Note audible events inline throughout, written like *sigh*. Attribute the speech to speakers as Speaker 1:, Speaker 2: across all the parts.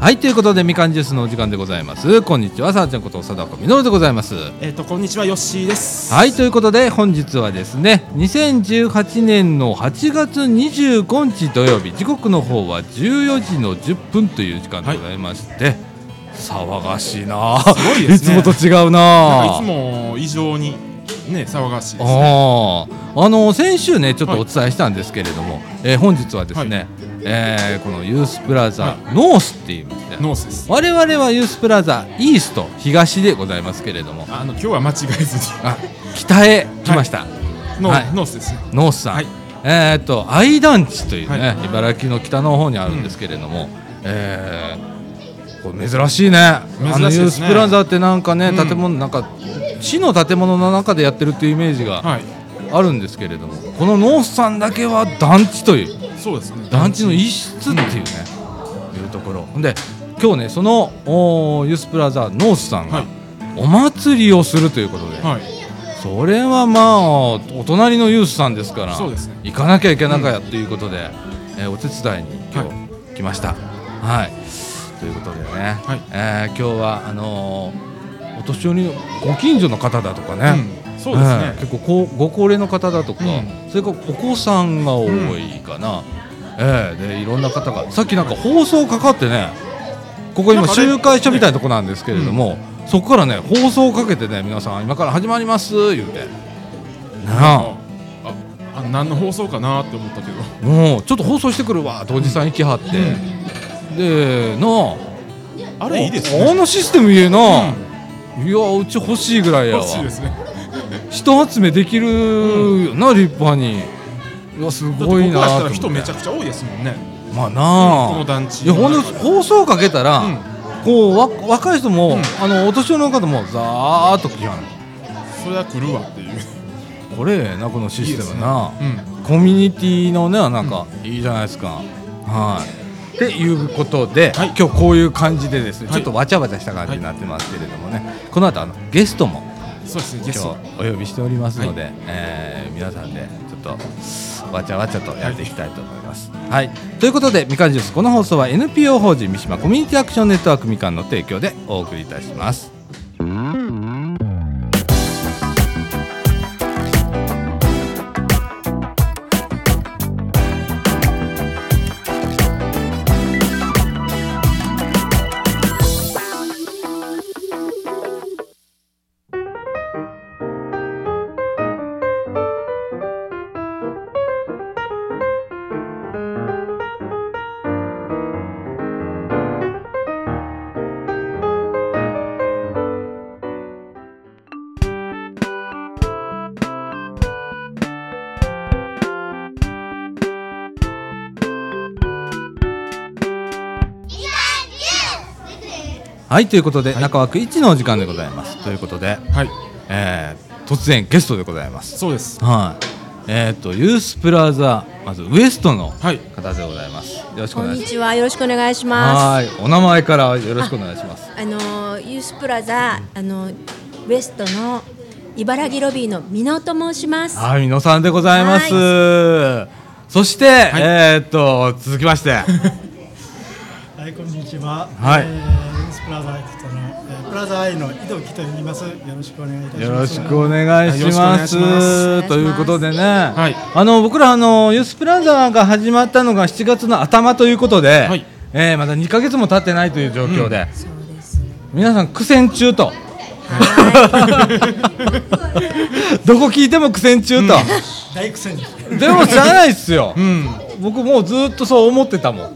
Speaker 1: はいということでみかんジュースのお時間でございますこんにちはさあちゃんこと貞子みのるでございます
Speaker 2: えっ、とこんにちはヨッシーです。
Speaker 1: はいということで本日はですね2018年の8月25日土曜日時刻の方は14時の10分という時間でございまして、騒がしいなす
Speaker 2: ごいですね
Speaker 1: いつもと違う
Speaker 2: なんか
Speaker 1: ない
Speaker 2: つも以上にね騒がしいですね。
Speaker 1: あーあの先週ねちょっとお伝えしたんですけれども、えー本日はですね、えーこのユースプラザ、ノースって言いますね
Speaker 2: ノースです。
Speaker 1: 我々はユースプラザイースト東でございますけれども
Speaker 2: あの今日は間違えずに
Speaker 1: あ北へ来ました、
Speaker 2: ノー、
Speaker 1: はい
Speaker 2: ノースですね。
Speaker 1: ノースさん、
Speaker 2: はい
Speaker 1: えーっと愛団地というね、
Speaker 2: は
Speaker 1: 茨城の北の方にあるんですけれども、えーこれ珍しいね
Speaker 2: 珍しいですね
Speaker 1: あのユースプラザってなんかね、
Speaker 2: うん
Speaker 1: 建物なんか市の建物の中でやってるっていうイメージが
Speaker 2: はい。
Speaker 1: あるんですけれども、このノースさんだけは団地という
Speaker 2: そうですね。
Speaker 1: 団地の一室っていうね、いうところで今日ねそのおーユースプラザノースさんが、
Speaker 2: はい
Speaker 1: お祭りをするということで、
Speaker 2: はい。
Speaker 1: それはまあお隣のユースさんですから
Speaker 2: そうですね
Speaker 1: 行かなきゃいけなかやということで、えーお手伝いに今
Speaker 2: は
Speaker 1: 日来ました。はい、ということでね、
Speaker 2: はい
Speaker 1: えー今日はあのーお年寄りのご近所の方だとかね、
Speaker 2: うんそうですね
Speaker 1: えー結構こうご高齢の方だとか、
Speaker 2: うん
Speaker 1: それからお子さんが多いかな、えーでいろんな方がさっきなんか放送かかってねここ今
Speaker 2: なんかね
Speaker 1: 集会所みたいなとこなんですけれども、そこからね放送をかけてね皆さん今から始まります言うてなあ
Speaker 2: ああ何の放送かなって思ったけど。
Speaker 1: もうちょっと放送してくるわとおじさん行きはって、でなあ
Speaker 2: あれいいです
Speaker 1: あ
Speaker 2: ね。
Speaker 1: のシステムいいな、いやうち欲しいぐらいやわ
Speaker 2: 欲しいですね。
Speaker 1: 人集めできるよな、立派にいやす
Speaker 2: だって
Speaker 1: ごい
Speaker 2: 僕
Speaker 1: な
Speaker 2: ら
Speaker 1: と
Speaker 2: した
Speaker 1: 思って
Speaker 2: ら人めちゃくちゃ多いですもんね。
Speaker 1: まあなあ、
Speaker 2: この団地
Speaker 1: いやほんと放送かけたら、
Speaker 2: うん
Speaker 1: こうわ若い人も、
Speaker 2: うん
Speaker 1: あのお年寄りの方もざーっと来やん
Speaker 2: それは来るわっていう。い
Speaker 1: これええなこのシ
Speaker 2: い
Speaker 1: ス
Speaker 2: で
Speaker 1: テ
Speaker 2: す
Speaker 1: ム
Speaker 2: ね。
Speaker 1: な
Speaker 2: うん。
Speaker 1: コミュニティのねなんか、いいじゃないですかはいっていうことで、
Speaker 2: はい
Speaker 1: 今日こういう感じでですね、
Speaker 2: はい
Speaker 1: ちょっとわちゃわちゃした感じになってますけれどもね、この後あのゲストも
Speaker 2: そうですね。ゲ
Speaker 1: 今
Speaker 2: ス
Speaker 1: 日
Speaker 2: ト。
Speaker 1: お呼びしておりますので、えー皆さんでちょっとわちゃわちゃとやっていきたいと思います。はい、ということでみかんジュースこの放送は NPO 法人三島コミュニティアクションネットワークみかんの提供でお送りいたします。はいということで、中枠一のお時間でございます。ということで、
Speaker 2: はい。
Speaker 1: えー突然ゲストでございます。
Speaker 2: そうです。
Speaker 1: はい。えっ、とユースプラザまずウエストの
Speaker 2: はい
Speaker 1: 方でございます。よろしくお
Speaker 3: こん
Speaker 1: 願い
Speaker 3: に
Speaker 1: し
Speaker 3: ちは、よろしくお願いしま
Speaker 1: ます。はい。お名前からよろしくお願いします。
Speaker 3: す。あのユースプラザ、あのウエストの茨城ロビーの美濃と申します。は
Speaker 1: はい、みのさんでございます。そして、
Speaker 2: い
Speaker 1: えーっと、続きま
Speaker 2: *laughs*
Speaker 1: して、
Speaker 4: はい、こんにちは。
Speaker 1: はい
Speaker 4: えーインスプラザアイクトの、えープラザアイの井戸木と言います。よろしくお願いいたします。
Speaker 1: よろしくお願いし
Speaker 2: はいよ
Speaker 1: ま
Speaker 2: ろし
Speaker 1: す。
Speaker 2: くお願いします
Speaker 1: ということでね、
Speaker 2: い
Speaker 1: あの、僕ら、あの、ユースプラザーが始まったのが7月の頭ということで。
Speaker 2: はい
Speaker 1: えーまだ2ヶ月も経ってないという状況で、
Speaker 3: そうです。
Speaker 1: 皆さん苦戦中と。
Speaker 3: は
Speaker 1: *laughs* どこ聞いても苦戦中と。
Speaker 4: 大苦戦です。
Speaker 1: でも、じゃないっすよ。
Speaker 2: うん。
Speaker 1: 僕もうずっとそう思ってたもん。 *laughs*
Speaker 3: い。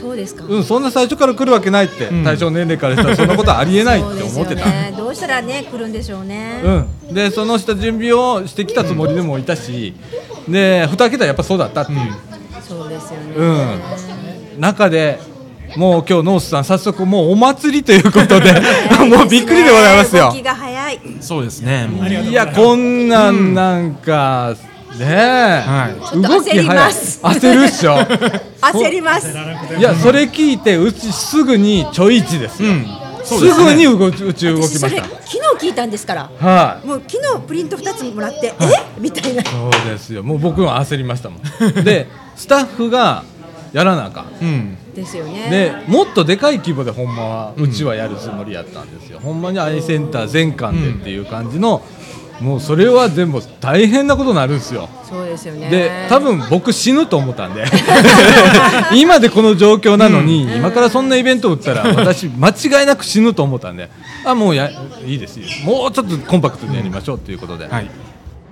Speaker 3: そうですか。
Speaker 1: うん、そんな最初から来るわけないって、
Speaker 2: ん
Speaker 1: 対象年齢からしたら、そんなことありえ
Speaker 3: *laughs*
Speaker 1: ないっ
Speaker 3: そ
Speaker 1: て
Speaker 3: うです
Speaker 1: 思
Speaker 3: よ
Speaker 1: ってた。
Speaker 3: ね。どうしたらね来るんでしょうね。
Speaker 1: うん、でその下準備をしてきたつもりでもいたし、で蓋開けたらやっぱそうだったっていう、
Speaker 3: そうですよね。
Speaker 1: うん中でもう今日ノースさん早速もうお祭りということ
Speaker 3: *laughs*
Speaker 1: でもうびっくりでございます
Speaker 3: 動
Speaker 1: よ
Speaker 3: きが早い。
Speaker 2: そうですね。もう
Speaker 4: ありが
Speaker 1: い
Speaker 4: とうござい
Speaker 1: や
Speaker 4: ます。
Speaker 1: こんなんなんか、ねえ、
Speaker 2: は
Speaker 3: ちょっと焦ります
Speaker 1: 動き早い焦るっしょ
Speaker 2: *laughs*
Speaker 3: 焦ります。
Speaker 4: やらなくても
Speaker 1: いやそれ聞いてうちすぐにちょいちです
Speaker 2: い。う
Speaker 1: よ、
Speaker 2: ん。
Speaker 1: す
Speaker 2: そうですね
Speaker 1: ぐに動きうち動きま
Speaker 3: 私そ
Speaker 2: *laughs*
Speaker 1: し
Speaker 3: れ
Speaker 1: た
Speaker 3: 昨日聞いたんですから。
Speaker 1: はい、
Speaker 3: もう昨日プリント二つもらって、えみたいな。
Speaker 1: そうですよもう僕も焦りましたもんでスタッフがやらなあかん
Speaker 2: うん
Speaker 3: ですよね
Speaker 1: でもっとでかい規模でほんまはうちはやるつもりやったんですよ、ほんまにアイセンター全館でっていう感じの、もうそれは全部大変なことになるんですよ
Speaker 3: そうですよね
Speaker 1: で多分僕死ぬと思ったん
Speaker 3: *laughs*
Speaker 1: で今でこの状況なのに、今からそんなイベント打ったら私間違いなく死ぬと思ったんであもうやいいですいいですもうちょっとコンパクトにやりましょうということで、
Speaker 2: はい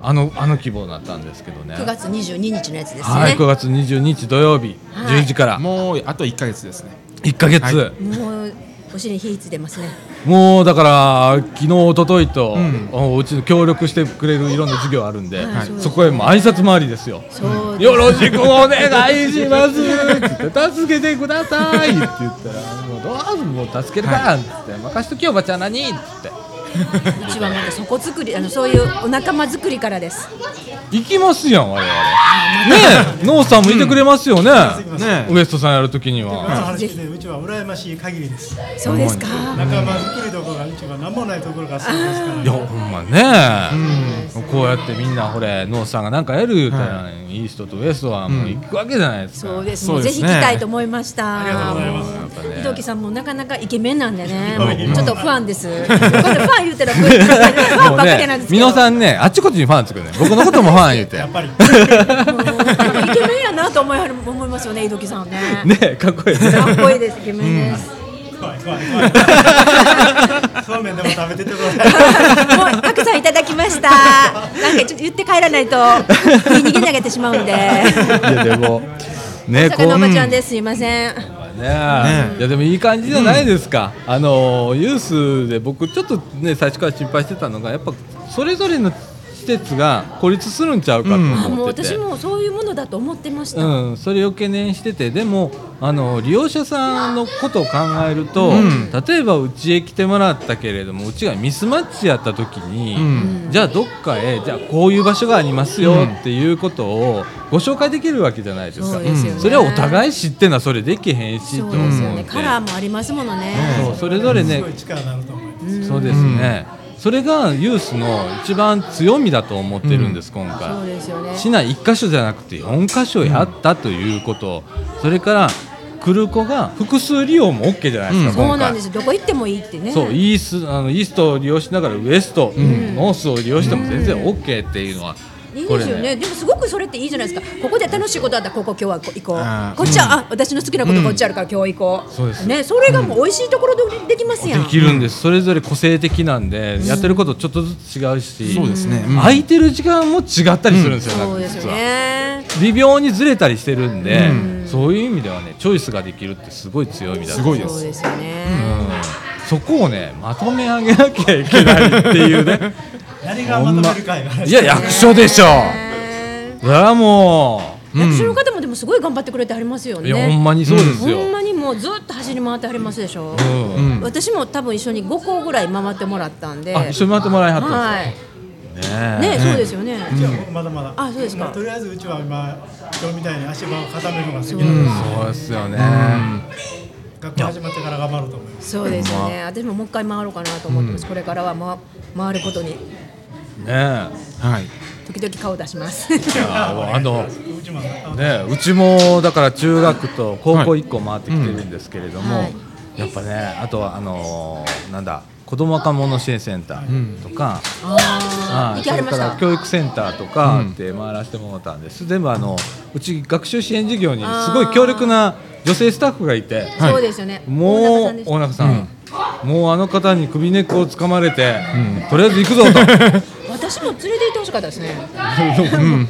Speaker 1: あのあの規模だったんですけどね
Speaker 3: 9月22日のやつですね、
Speaker 1: はい9月22日土曜日、
Speaker 3: はい
Speaker 1: 10時から
Speaker 2: もうあと1か月ですね
Speaker 1: 1か月、
Speaker 2: は
Speaker 3: もうお尻に火つ出ますね
Speaker 1: もうだから昨日一昨日と、
Speaker 2: うん
Speaker 1: おうちの協力してくれるいろんな授業あるんで、
Speaker 3: はい
Speaker 1: そこへもう挨拶回りですよ。
Speaker 3: そうです
Speaker 1: よろしくお願いしますって言って助けてくださいって言ったらもうどうするもう助けるからっつって任しときよおばちゃん何っつって
Speaker 3: うちはまだそこ作りあのそういうお仲間作りからです
Speaker 1: 行きますやん我々ねえノーさんもいてくれますよね、
Speaker 2: ね
Speaker 1: ウエストさんやるときには
Speaker 4: 話聞いてうちは羨ましい限りです
Speaker 3: そうですか
Speaker 4: 仲間作りどころがうちは何もないところがそうですから
Speaker 1: いやほんまねこうやってみんなほれノーさんがなんかやる言うたら、い、い人とウエストはもう行くわけじゃないですか、
Speaker 3: そうです
Speaker 2: そうで
Speaker 3: ぜ
Speaker 2: す
Speaker 3: ひ
Speaker 2: ね
Speaker 3: 来たいと思いましたあり
Speaker 4: がとうございます
Speaker 3: 伊藤木さんもなかなかイケメンなんでね
Speaker 4: イケメン
Speaker 3: ちょっとファンですこれファン言うたらファ
Speaker 1: も
Speaker 3: ン
Speaker 1: う
Speaker 3: ばっかりなん
Speaker 1: ね
Speaker 3: です、け
Speaker 1: 美
Speaker 3: ど
Speaker 1: 濃さんね、あっちこっちにファンつくね、僕のこともファン言うて
Speaker 4: や、っぱり
Speaker 3: もうイケメンやなと思いはる思いますよね伊藤木さんね
Speaker 1: *laughs* ね、かっこいい *laughs* ね。
Speaker 3: かっこいいですイケメンです、
Speaker 4: 怖い怖い怖いそうめんでも食べててください
Speaker 3: もうたくさんいただきました。なんかちょっと言って帰らないと食い逃げ投げてしまうんで。
Speaker 1: いや、でも、ね、
Speaker 3: 大
Speaker 1: こ
Speaker 3: 阪のお
Speaker 1: う。
Speaker 3: ば
Speaker 1: ね
Speaker 3: ちゃんです。すいません。
Speaker 1: いやでもいい感じじゃないですか、あのユースで僕ちょっとね最初から心配してたのがやっぱそれぞれの施設が孤立するんちゃうかと
Speaker 3: あもう
Speaker 1: 思ってて、
Speaker 3: 私
Speaker 1: うん
Speaker 3: もそういうものだと思ってました。
Speaker 1: それを懸念しててでもあの利用者さんのことを考えると、
Speaker 2: うん
Speaker 1: 例えばうちへ来てもらったけれどもうちがミスマッチやった時に、
Speaker 2: うん
Speaker 1: じゃあどっかへじゃあこういう場所がありますよっていうことをご紹介できるわけじゃないですか
Speaker 3: そうですよね。
Speaker 1: それはお
Speaker 3: い。
Speaker 1: 互い知ってんのはそれできへんしと
Speaker 3: そう
Speaker 1: 思う
Speaker 3: ですよ
Speaker 1: ん
Speaker 3: ね。
Speaker 1: で
Speaker 3: カラーもありますもの
Speaker 1: そ
Speaker 3: ね。
Speaker 1: うそれぞれね
Speaker 4: すごい力になると思います
Speaker 1: そうですねそれがユースの一番強みだと思ってるんです今
Speaker 3: そう
Speaker 1: 回
Speaker 3: ですよね。
Speaker 1: 市内1か所じゃなくて4か所やったということそれから来る子が複数利用も OK じゃないですか
Speaker 3: そう
Speaker 1: 今
Speaker 3: なん
Speaker 1: 回
Speaker 3: です。どこ行ってもいいってね。
Speaker 1: そうイースあのイーストを利用しながらウエスト、ノースを利用しても全然 OK っていうのは、
Speaker 3: いい
Speaker 1: こ
Speaker 3: で
Speaker 1: れ
Speaker 3: すよ
Speaker 1: ね
Speaker 3: ねでもすごくそれっていいじゃないですかここで楽しいことあったらここ今日はこ行こ
Speaker 2: あ
Speaker 3: う
Speaker 2: ー
Speaker 3: こっちは、あ私の好きなことこっちあるから今日行こう、
Speaker 1: そうです
Speaker 3: ね、それがもう美味しいところでできますやん
Speaker 1: できるんですそれぞれ個性的なんで、やってることちょっとずつ違うし、
Speaker 2: そうですねうん
Speaker 1: 空いてる時間も違ったりするんですよ、
Speaker 3: そう
Speaker 1: なん
Speaker 3: で
Speaker 1: か
Speaker 3: すよ
Speaker 1: 実は、
Speaker 3: ね
Speaker 1: 微妙にずれたりしてるんで、そういう意味ではねチョイスができるってすごい強みだ
Speaker 2: すごいで
Speaker 3: そう
Speaker 2: す
Speaker 3: ですよね、
Speaker 1: そこをねまとめ上げなきゃいけないっていうね
Speaker 4: 何がまとめるかいが
Speaker 1: いや役所でしょ
Speaker 3: ね
Speaker 1: それはもう、
Speaker 3: 役所の方もでもすごい頑張ってくれてありますよね
Speaker 1: いやほんまにそうですよ、
Speaker 3: ほんまにもうずっと走り回ってありますでしょ、
Speaker 1: うん
Speaker 2: うん
Speaker 3: 私も多分一緒に5校ぐらい回ってもらったんで
Speaker 1: あ一緒に回ってもらいはった
Speaker 3: はい
Speaker 1: んですよ、ねえ
Speaker 3: ねそうですよね、
Speaker 4: うちは僕まだまだ、
Speaker 3: あそうですか
Speaker 4: まあとりあえずうちは今今日みたいに足場を固めるのが好きな
Speaker 3: うん
Speaker 4: ので
Speaker 1: そうですよね、
Speaker 4: 学校始まってから頑張ろうと思います
Speaker 3: そうですよね、私ももう一回回ろうかなと思ってます、これからは、ま、回ることに
Speaker 1: ねえ
Speaker 2: はい
Speaker 3: 時々顔出
Speaker 1: *laughs*
Speaker 3: します
Speaker 1: いやあの
Speaker 4: うちもあの
Speaker 1: ね、うちもだから中学と高校1個回ってきてるんですけれども、
Speaker 3: はい
Speaker 1: やっぱねあとはあのーなんだ子ども若者支援センターとか、
Speaker 3: あ
Speaker 1: は
Speaker 3: ー
Speaker 1: い
Speaker 3: *laughs* 行きはりまし
Speaker 1: それか
Speaker 3: た
Speaker 1: ら教育センターとかって回らせてもらったんです、全部あのうち学習支援事業にすごい強力な女性スタッフがいて。
Speaker 2: はい
Speaker 3: そうですよね
Speaker 1: も
Speaker 3: 大中さん
Speaker 1: う
Speaker 3: でした
Speaker 1: 大中さん、もうあの方に首根っこをつかまれて、とりあえず行く *laughs* ぞと、
Speaker 3: 私も連れて行ってほしかったですね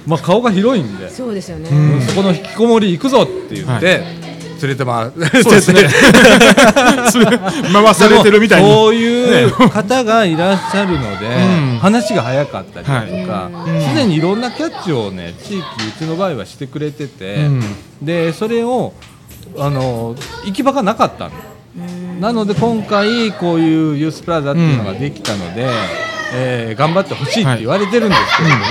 Speaker 1: まあ顔が広いんで、
Speaker 3: そうですよね、
Speaker 1: そこの引きこもり行くぞって言って、
Speaker 2: は
Speaker 1: 連れてま *laughs* そう
Speaker 2: そうですね *laughs* 回されてるみたいに
Speaker 1: そういう方がいらっしゃるので、
Speaker 2: うん
Speaker 1: 話が早かったりとか、
Speaker 2: は
Speaker 1: 常にいろんなキャッチをね地域うちの場合はしてくれてて、
Speaker 2: うん
Speaker 1: でそれをあの行き場がなかったの。なので今回こういうユースプラザっていうのができたので、えー頑張ってほしいって言われてるんですけれども、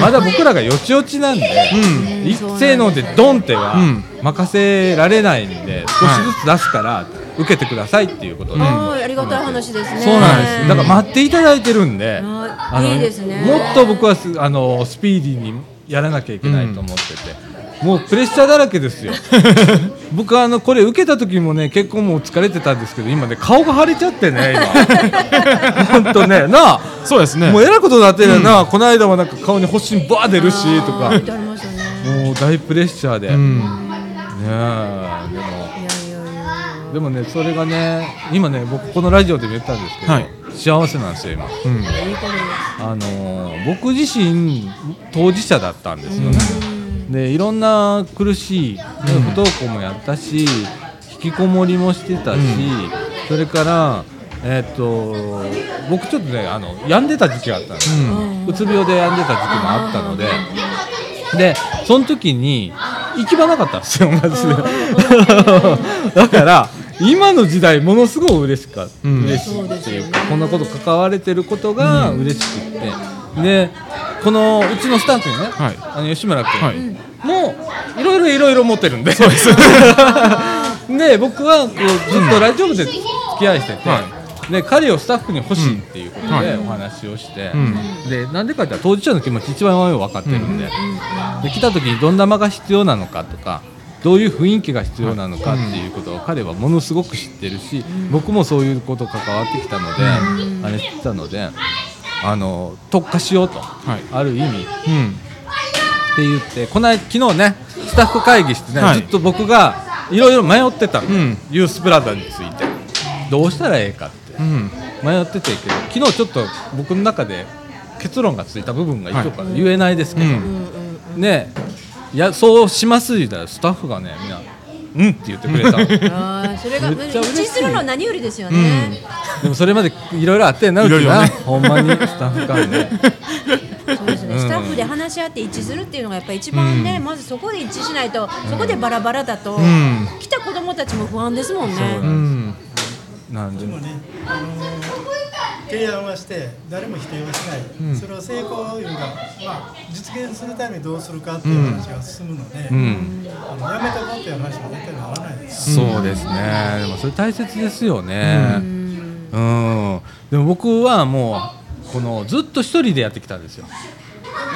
Speaker 1: まだ僕らがよちよちなんで、
Speaker 3: ん
Speaker 1: 一斉のでドンっては
Speaker 2: うん
Speaker 1: 任せられないんで、少しずつ出すから受けてくださいっていうことで、
Speaker 3: あーありがたい話ですね
Speaker 1: そうなんです、だから待っていただいてるんで、
Speaker 3: あー
Speaker 1: の
Speaker 3: いいですね
Speaker 1: もっと僕はすあのスピーディーにやらなきゃいけないと思ってて、もうプレッシャーだらけ *laughs* ですよ僕あのこれ受けた時もね結構もう疲れてたんですけど今ね顔が腫れちゃって *laughs* ね今ほんとねなあ
Speaker 2: そうですね
Speaker 1: もうえらいことになってるよな、この間はなんか顔に発疹バー出るしと
Speaker 3: あ
Speaker 1: か
Speaker 3: ー言ってありますよね。
Speaker 1: もう大プレッシャーで、
Speaker 2: う
Speaker 1: ね
Speaker 2: ん
Speaker 1: えでも
Speaker 3: いやいやいや。
Speaker 1: でもねそれがね今ね僕このラジオでも言ったんですけど、
Speaker 2: はい
Speaker 1: 幸せなんですよ今、
Speaker 2: うん
Speaker 3: いいことです。
Speaker 1: あのー僕自身当事者だったんですよね、でいろんな苦しいね不登校もやったし、引きこもりもしてたし、それからえーっと僕ちょっとねあの病んでた時期があったんですよ、うつ病で病んでた時期もあったので、でその時に行き場なかったんですよマジで *laughs* だから今の時代ものすごい嬉しかった、
Speaker 2: うん
Speaker 1: 嬉しいっていうかこんなこと関われてることが嬉しくって、でこのうちのスタッフにね、
Speaker 2: はい
Speaker 1: あの吉村君、
Speaker 2: はい
Speaker 1: もういろいろいろいろ持ってるんで *laughs* で僕はこうずっとラジオ部で付き合いしてて、
Speaker 2: は
Speaker 1: で彼をスタッフに欲しいっていうことでお話をして、
Speaker 2: うん
Speaker 1: でなんでかって言ったら当事者の気持ち一番よく分かってるんで,、で来た時にどんな間が必要なのかとかどういう雰囲気が必要なのかっていうことを彼はものすごく知ってるし、僕もそういうこと関わってきたので、あれ知ってたのであの特化しようと、
Speaker 2: い
Speaker 1: ある意味
Speaker 2: うん
Speaker 1: って言ってこの昨日ねスタッフ会議してね、
Speaker 2: はい
Speaker 1: ずっと僕がいろいろ迷ってたの、
Speaker 2: ん
Speaker 1: ユースプラザについてどうしたらええかって
Speaker 2: うん
Speaker 1: 迷っててけど昨日ちょっと僕の中で結論がついた部分が一応から言えないですけど、
Speaker 2: うん
Speaker 1: ねいやそうします言ったらスタッフがねみんな「うん」って言ってくれたので
Speaker 3: ああ、それが
Speaker 1: めっちゃ嬉しい
Speaker 3: 一致するのは何よりですよね。
Speaker 1: もそれまでいろいろあってんなうち
Speaker 2: いろいろ
Speaker 1: な、
Speaker 2: ね
Speaker 1: ほんまにスタッフ間で。
Speaker 3: そうですね。スタッフで話し合って一致するっていうのがやっぱ一番ね、まずそこで一致しないと、そこでバラバラだと、
Speaker 2: ん
Speaker 3: 来た子供たちも不安ですもん
Speaker 1: そう
Speaker 3: ね。
Speaker 2: うん
Speaker 1: なんで
Speaker 4: でもね、あのー提案はして誰も否定はしない、それを成功いうか、まあ、実現するためにどうするかっていう話が進むので、
Speaker 1: うん
Speaker 4: あのやめとこうっていう話は絶対ならないです。
Speaker 1: そうですね、でもそれ大切ですよね。うん、でも僕はもう、このずっと一人でやってきたんですよ。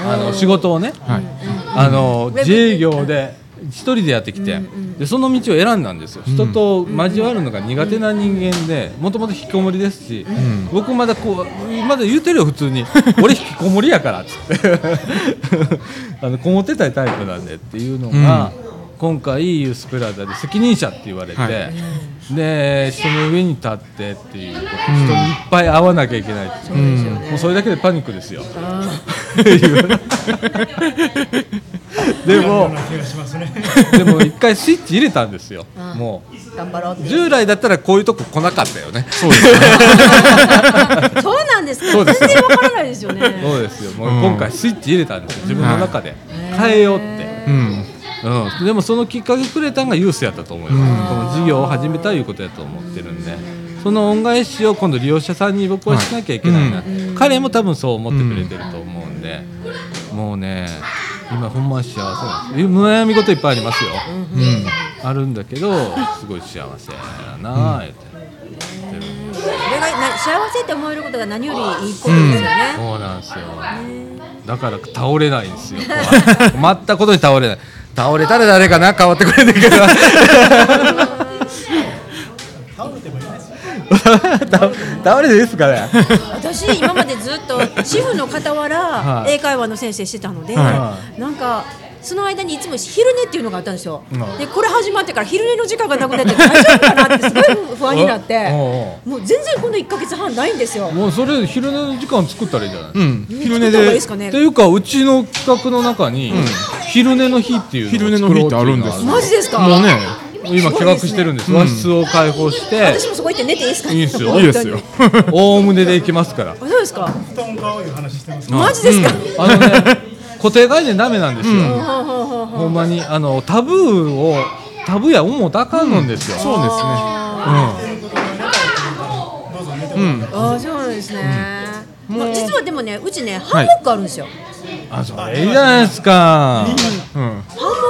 Speaker 1: あの仕事をね、
Speaker 2: はい
Speaker 1: あの
Speaker 3: ん
Speaker 1: 自営業で一人でやってきて、でその道を選んだんですよ。人と交わるのが苦手な人間で、もともと引きこもりですし、僕まだこうまだ言うてるよ普通に、俺引きこもりやからっつ *laughs* って、あのこもってたいタイプなんでっていうのが。今回ユースプラザで責任者って言われて、
Speaker 2: はい
Speaker 1: で人の上に立ってっていうこと、人にいっぱい会わなきゃいけないっていうもうそれだけでパニックですよ。 *laughs* で
Speaker 4: よう
Speaker 1: も
Speaker 4: な気がし
Speaker 1: *laughs*
Speaker 4: ますね。
Speaker 1: でも一回スイッチ入れたんですよ、も
Speaker 3: 頑張ろうっ
Speaker 1: う
Speaker 3: て。
Speaker 1: 従来だったらこういうとこ来なかったよね
Speaker 2: そうですね
Speaker 3: そうなんです
Speaker 1: そう
Speaker 3: か。
Speaker 1: です
Speaker 3: 全然わからないですよね。
Speaker 1: そうですよもう
Speaker 2: うん
Speaker 1: 今回スイッチ入れたんですよ自分の中で変えようって、
Speaker 2: うん
Speaker 1: うん、でもそのきっかけくれたんがユースやったと思います、この事業を始めたいうことやと思ってるんでその恩返しを今度利用者さんに僕はしなきゃいけないな、
Speaker 2: は
Speaker 1: 彼も多分そう思ってくれてると思うんで、もうね今ほんま幸せなんですよ悩み事いっぱいありますよ、
Speaker 2: うん
Speaker 1: あるんだけどすごい幸せやなあ言って。言ってるんで
Speaker 3: それがな幸せって思えることが何よりいいことですよね。
Speaker 1: そうなんですよ。だから倒れないんですよ。ここは困ったことに倒れない。倒れたら誰かな変わってくれるけど。
Speaker 4: 倒れてもいいですよ。
Speaker 1: 倒倒れていいですかね。
Speaker 3: 私今までずっと主婦の傍ら
Speaker 1: はい
Speaker 3: 英会話の先生してたので、
Speaker 1: は
Speaker 3: なんか。その間にいつも昼寝っていうのがあったんですよ、
Speaker 1: うん
Speaker 3: でこれ始まってから昼寝の時間がなくなって大丈夫かなってすごい不安になって
Speaker 1: おお
Speaker 3: もう全然この1か月半ないんですよ。
Speaker 1: もうそれ昼寝の時間作ったらいいんじゃない。
Speaker 2: うん昼寝
Speaker 3: 作った方がいい
Speaker 2: で
Speaker 3: ですかね
Speaker 1: っていうかうちの企画の中に、昼寝の日っていう
Speaker 2: 昼寝の日ってあるんです
Speaker 1: 作ろう
Speaker 3: マジですか
Speaker 2: もうね
Speaker 1: っていうのが今企画してるんです。和室を開放
Speaker 3: *laughs*
Speaker 1: して
Speaker 3: 私もそこ行って寝ていいですか
Speaker 1: いいですよ
Speaker 2: いいですよ
Speaker 3: 本当に
Speaker 1: 大胸で行きますから。
Speaker 3: あそうですか
Speaker 4: 布団買おういう話してますけど。
Speaker 3: マジですか、
Speaker 1: あのね固定概念ダメなんですよ。
Speaker 3: ほうほうほうほう
Speaker 1: ほんまにあのタブーをタブーや思うたらあかんのんですよ。
Speaker 2: そうですね
Speaker 4: どうぞ寝てもらって。
Speaker 3: あーそうなんですね、まあ、実はでもねうちねハンモックあるんですよ、
Speaker 1: あ、それいいじゃないですか。
Speaker 2: うん
Speaker 3: ハンモ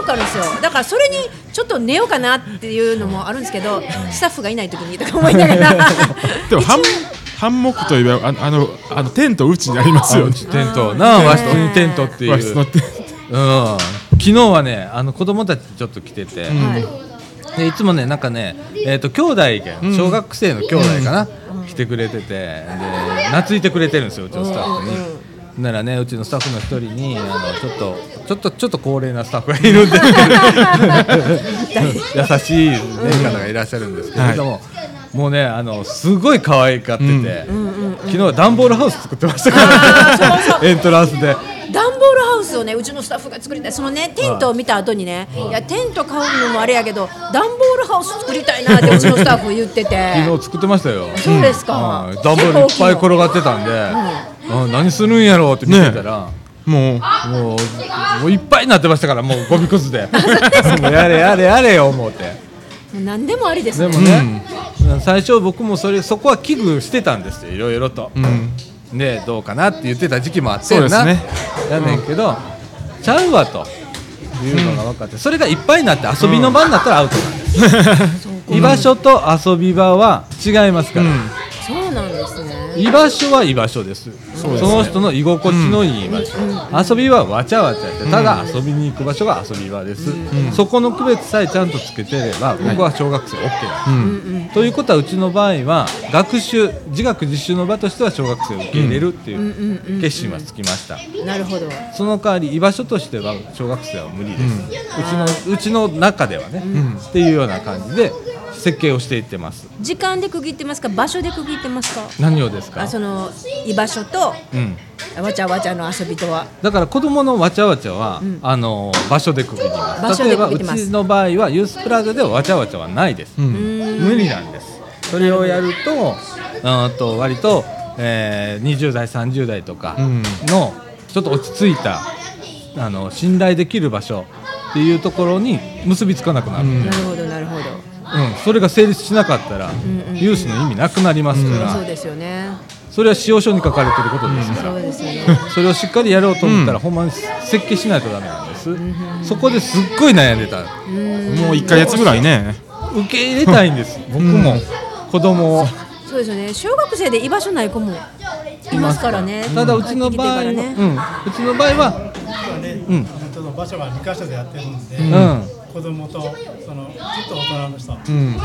Speaker 3: ックあるんですよだからそれにちょっと寝ようかなっていうのもあるんですけどスタッフがいない時にとか思いなが
Speaker 1: *laughs*
Speaker 3: ら
Speaker 2: でもハンハンモックといえばああのあのテントうちにありますよね
Speaker 1: テント、なあ、和室にテントっていう。
Speaker 2: 和室のテント
Speaker 1: うん。昨日はねあの子供たちちょっと来てて、
Speaker 3: はい
Speaker 1: でいつもねなんかねえっ、と兄弟が小学生の兄弟かな、来てくれててで懐いてくれてるんですようちのスタッフに。ならねうちのスタッフの一人にあのちょっとちょっとちょっと高齢なスタッフがいるんで優しい、ね、方がいらっしゃるんですけれども、もうねあのすごい可愛がってて、昨日は段ボールハウス作ってましたから、
Speaker 3: あーそうそう
Speaker 1: エントランスで。
Speaker 3: ダンボールハウスをねうちのスタッフが作りたいそのねテントを見た後にね、い、やテント買うのもあれやけどダンボールハウス作りたいなってうちのスタッフ言ってて
Speaker 1: 昨日作ってましたよ。
Speaker 3: そうですか
Speaker 1: うん段ボールいっぱい転がってたんで、うん何するんやろうって見てたら、
Speaker 2: もう
Speaker 1: もうもういっぱいになってましたから、もうゴミくずで。 *laughs* もうやれやれやれよ思って。
Speaker 3: もう何でもありです
Speaker 1: で
Speaker 3: ね
Speaker 1: もね、うん最初僕もそれそこは危惧してたんですよ、いろいろと。ねどうかなって言ってた時期もあってな。
Speaker 2: そうですね
Speaker 1: やねんけど、ちゃうわと。いうのが分かって、それがいっぱいになって遊びの場になったらアウトなんです。居場所と遊び場は違いますから。
Speaker 3: そうなんですね
Speaker 1: 居場所は居場所ですその人の居心地のいい居場所、遊びはわちゃわちゃしてただ遊びに行く場所が遊び場です、そこの区別さえちゃんとつけてれば僕は小学生 OK だ、ということはうちの場合は学習自学自習の場としては小学生を受け入れるっていう決心はつきました
Speaker 3: なるほど
Speaker 1: その代わり居場所としては小学生は無理です、うちのうちの中ではね、っていうような感じで設計をしていってます
Speaker 3: 時間で区切ってますか場所で区切ってますか
Speaker 1: 何をですか
Speaker 3: あその居場所と
Speaker 1: うん
Speaker 3: わちゃわちゃの遊びとは
Speaker 1: だから子供のわちゃわちゃは、あの場所で区切ります
Speaker 3: 場所
Speaker 1: 例
Speaker 3: で
Speaker 1: えば
Speaker 3: 区切
Speaker 1: う
Speaker 3: ります
Speaker 1: ちの場合はユースプラザではわちゃわちゃはないです、無理なんですそれをやるとうんと割と、えー、20代30代とかのちょっと落ち着いたあの信頼できる場所っていうところに結びつかなくなる、うん
Speaker 3: なるほどなるほど、
Speaker 1: それが成立しなかったら、ユースの意味なくなりますから、
Speaker 3: そうですよね
Speaker 1: それは使用書に書かれてることですから、
Speaker 3: そうですよね
Speaker 1: *laughs* それをしっかりやろうと思ったら、ほんまに設計しないとダメなんです、そこですっごい悩んでた
Speaker 2: もう一ヶ月ぐらいね
Speaker 1: 受け入れたいんです僕も、子供を
Speaker 3: そうですよね小学生で居場所ない子もいますからね
Speaker 1: ただうちの場合は、
Speaker 3: 帰
Speaker 1: う
Speaker 3: って
Speaker 1: ん、
Speaker 3: き
Speaker 1: う
Speaker 3: てからね
Speaker 1: ちの場合は
Speaker 4: 実はね、
Speaker 1: うん
Speaker 4: 本当の場所は2カ所でやってるんで、
Speaker 1: ん
Speaker 4: 子供とそのちょっと大人の人が
Speaker 2: ん
Speaker 4: 落ち着ける場所、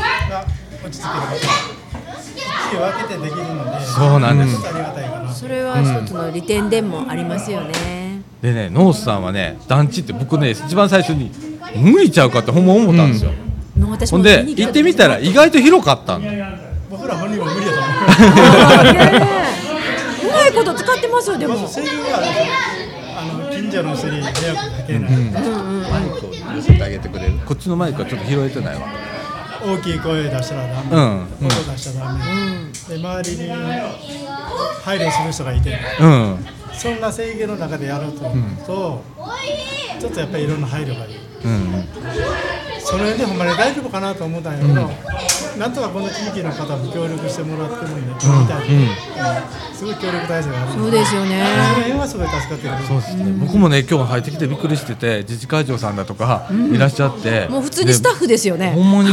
Speaker 4: 月を分けてできるので、
Speaker 1: そうなんです
Speaker 4: ちょっとありがたいかな。
Speaker 3: それは一つの利点でもありますよね、
Speaker 1: でねノースさんはね団地って僕ね一番最初に無理ちゃうかってほんま思ったんですよ、
Speaker 3: もう私
Speaker 1: ほ
Speaker 3: も
Speaker 1: ん
Speaker 3: 見
Speaker 1: で
Speaker 3: に
Speaker 1: 行ってみたら意外と広かったんだ
Speaker 4: 僕ら本人は無理だと思
Speaker 3: あーねえうまいこと使ってますよでも
Speaker 4: う。まずセリフがあるんですよあの近所のセリ迷惑かけない、
Speaker 1: マイクを寄せてあげてくれるこっちのマイクはちょっと拾えてないわ
Speaker 4: 大きい声出したらダメ、
Speaker 1: うん
Speaker 4: 音出したらダメ、で周りに配慮する人がいて、
Speaker 1: うん
Speaker 4: そんな制限の中でやろうと思うと、ちょっとやっぱりいろんな配慮がいる。
Speaker 1: うん
Speaker 4: その辺でほんまに大丈夫かなと思ったんやけど、なんとかこの地域の方も協力してもらってるんで、みたいなうんすごい協力体制がある
Speaker 3: そうん
Speaker 4: で、
Speaker 3: ですよね
Speaker 4: その辺はすごい助かってる。
Speaker 1: そうですね、僕もね今日入ってきてびっくりしてて自治会長さんだとかいらっしゃって、
Speaker 3: もう普通にスタッフですよ
Speaker 1: で
Speaker 3: ね
Speaker 1: ほんまに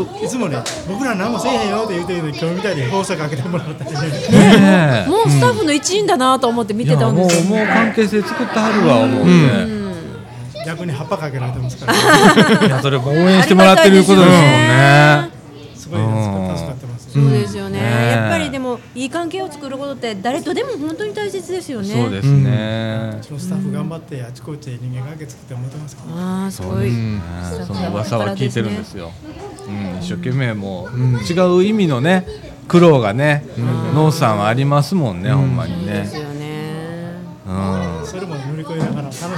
Speaker 3: *laughs*
Speaker 1: 僕
Speaker 4: いつもね、僕ら何もせえへんよって言うてるのに、今日みたいに放射かけてもらったりね、
Speaker 1: ねえ
Speaker 3: もうスタッフの一員だなと思って見
Speaker 1: い
Speaker 3: て
Speaker 1: や
Speaker 3: たん
Speaker 1: もうも
Speaker 3: ですよ
Speaker 1: う関係性作ってはるわ思うん
Speaker 4: 逆に葉っぱかけられてますから、
Speaker 1: で、いやそれも応援してもらってることですもんね。
Speaker 4: すごい助かってます。
Speaker 3: そうですよ
Speaker 1: ね
Speaker 3: ね、
Speaker 1: え
Speaker 3: やっぱりでもいい関係を作ることって誰とでも本当に大切ですよね
Speaker 1: そうですね
Speaker 4: う。ちのスタッフ頑張ってあちこち人間関係作って思ってますから、
Speaker 3: ああすごい
Speaker 1: ねその噂は聞いてるんですよ。うん、一生懸命もう、違う意味のね苦労がね、農さんはありますもんね、ほんまに
Speaker 3: で
Speaker 1: ね
Speaker 3: す。よね
Speaker 1: うん、
Speaker 4: それも乗り越えながら楽しいで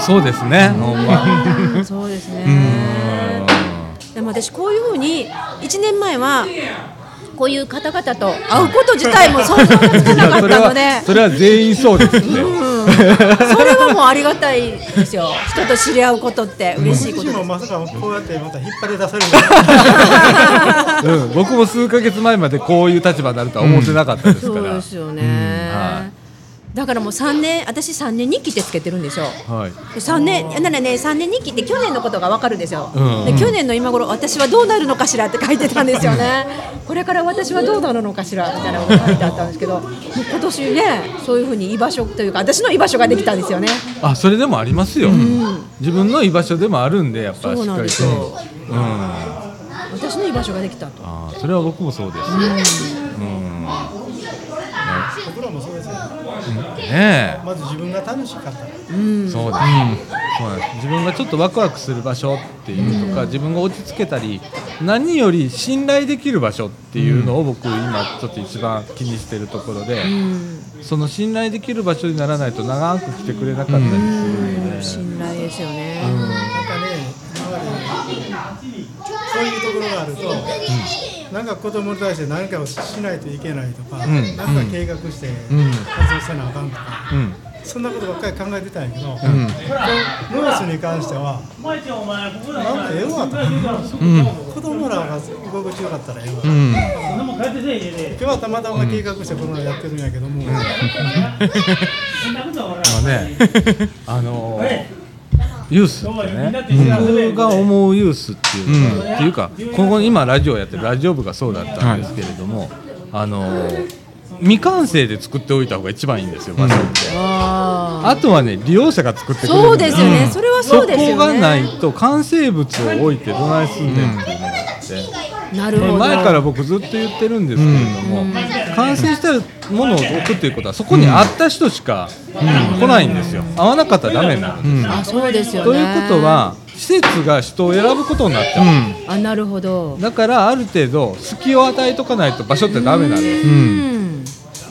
Speaker 4: す。
Speaker 1: そうですね。ほんま。
Speaker 3: そうですねでも私こういうふうに1年前はこういう方々と会うこと自体も想像がつか *laughs* なか
Speaker 1: そ
Speaker 3: っ
Speaker 1: れ
Speaker 3: たので
Speaker 1: はそれは全員そうですね。
Speaker 3: それはもうありがたいですよ人と知り合うことって嬉しいこ
Speaker 4: 僕
Speaker 3: とです
Speaker 4: 自身もまさかこうやってまた引っ張り出されるの
Speaker 1: うん、僕も数ヶ月前までこういう立場になるとは思ってなかったです
Speaker 3: そ
Speaker 1: か
Speaker 3: う
Speaker 1: ら、
Speaker 3: ですよね、
Speaker 1: は
Speaker 3: だからもう3年私3年日記ってつけてるんですよ
Speaker 2: はい。
Speaker 3: 3年ならね3年日記って去年のことがわかるんですよ、
Speaker 1: うん
Speaker 3: で去年の今頃私はどうなるのかしらって書いてたんですよ
Speaker 1: *laughs*
Speaker 3: ねこれから私はどうなるのかしらみたいなことが書いてあったんですけどもう今年ねそういうふうに居場所というか私の居場所ができたんですよね
Speaker 1: あそれでもありますよ、自分の居場所でもあるんでやっぱし
Speaker 3: そう
Speaker 1: っ
Speaker 3: な
Speaker 1: か
Speaker 3: んで
Speaker 1: り
Speaker 3: す
Speaker 1: と
Speaker 3: よ
Speaker 1: うん、あ
Speaker 3: 私の居場所ができたと
Speaker 1: あそれは僕もそうです、うん
Speaker 4: 僕らもそうですよね
Speaker 1: ね
Speaker 4: まず自分が楽しかったら
Speaker 1: え、そうです、そうなんです自分がちょっとワクワクする場所っていうとか、自分が落ち着けたり何より信頼できる場所っていうのを僕今ちょっと一番気にしてるところで、その信頼できる場所にならないと長く来てくれなかったりするので、
Speaker 3: 信頼ですよね、
Speaker 4: なんかね、今までそういうところがあると、なんか子供に対して何かをしないといけないとか、
Speaker 1: ん
Speaker 4: なんか計画して
Speaker 1: ん
Speaker 4: 活動せなあかんとか、
Speaker 1: うん
Speaker 4: そんなことばっかり考えてたんやけど、
Speaker 1: ん
Speaker 4: このノースに関しては、なんかええわと、子供らが居心地よかったらええわ。
Speaker 1: うん
Speaker 2: *laughs*
Speaker 4: 今日はたまたま計画してこのやってるんやけども、
Speaker 1: まあ *laughs* ね、あのーユースってね、僕が思うユースっていうのが、っていうか、ここに今ラジオやってるラジオ部がそうだったんですけれども、あのー未完成で作っておいた方が一番いいんですよ、場所って。
Speaker 3: あ
Speaker 1: あとはね、利用者が作ってくれる
Speaker 3: そうですよね、それはそうですよね
Speaker 1: そこがないと完成物を置いてどないすんねんっていうのがあって。
Speaker 3: なるほど
Speaker 1: 前から僕ずっと言ってるんですけれども、完成したものを置くということはそこにあった人しか来ないんですよ、合わなかったらダメになる、
Speaker 3: あそうですよね
Speaker 1: ということは施設が人を選ぶことになっちゃう、
Speaker 3: あなるほど
Speaker 1: だからある程度隙を与えとかないと場所ってダメなんです、
Speaker 3: うん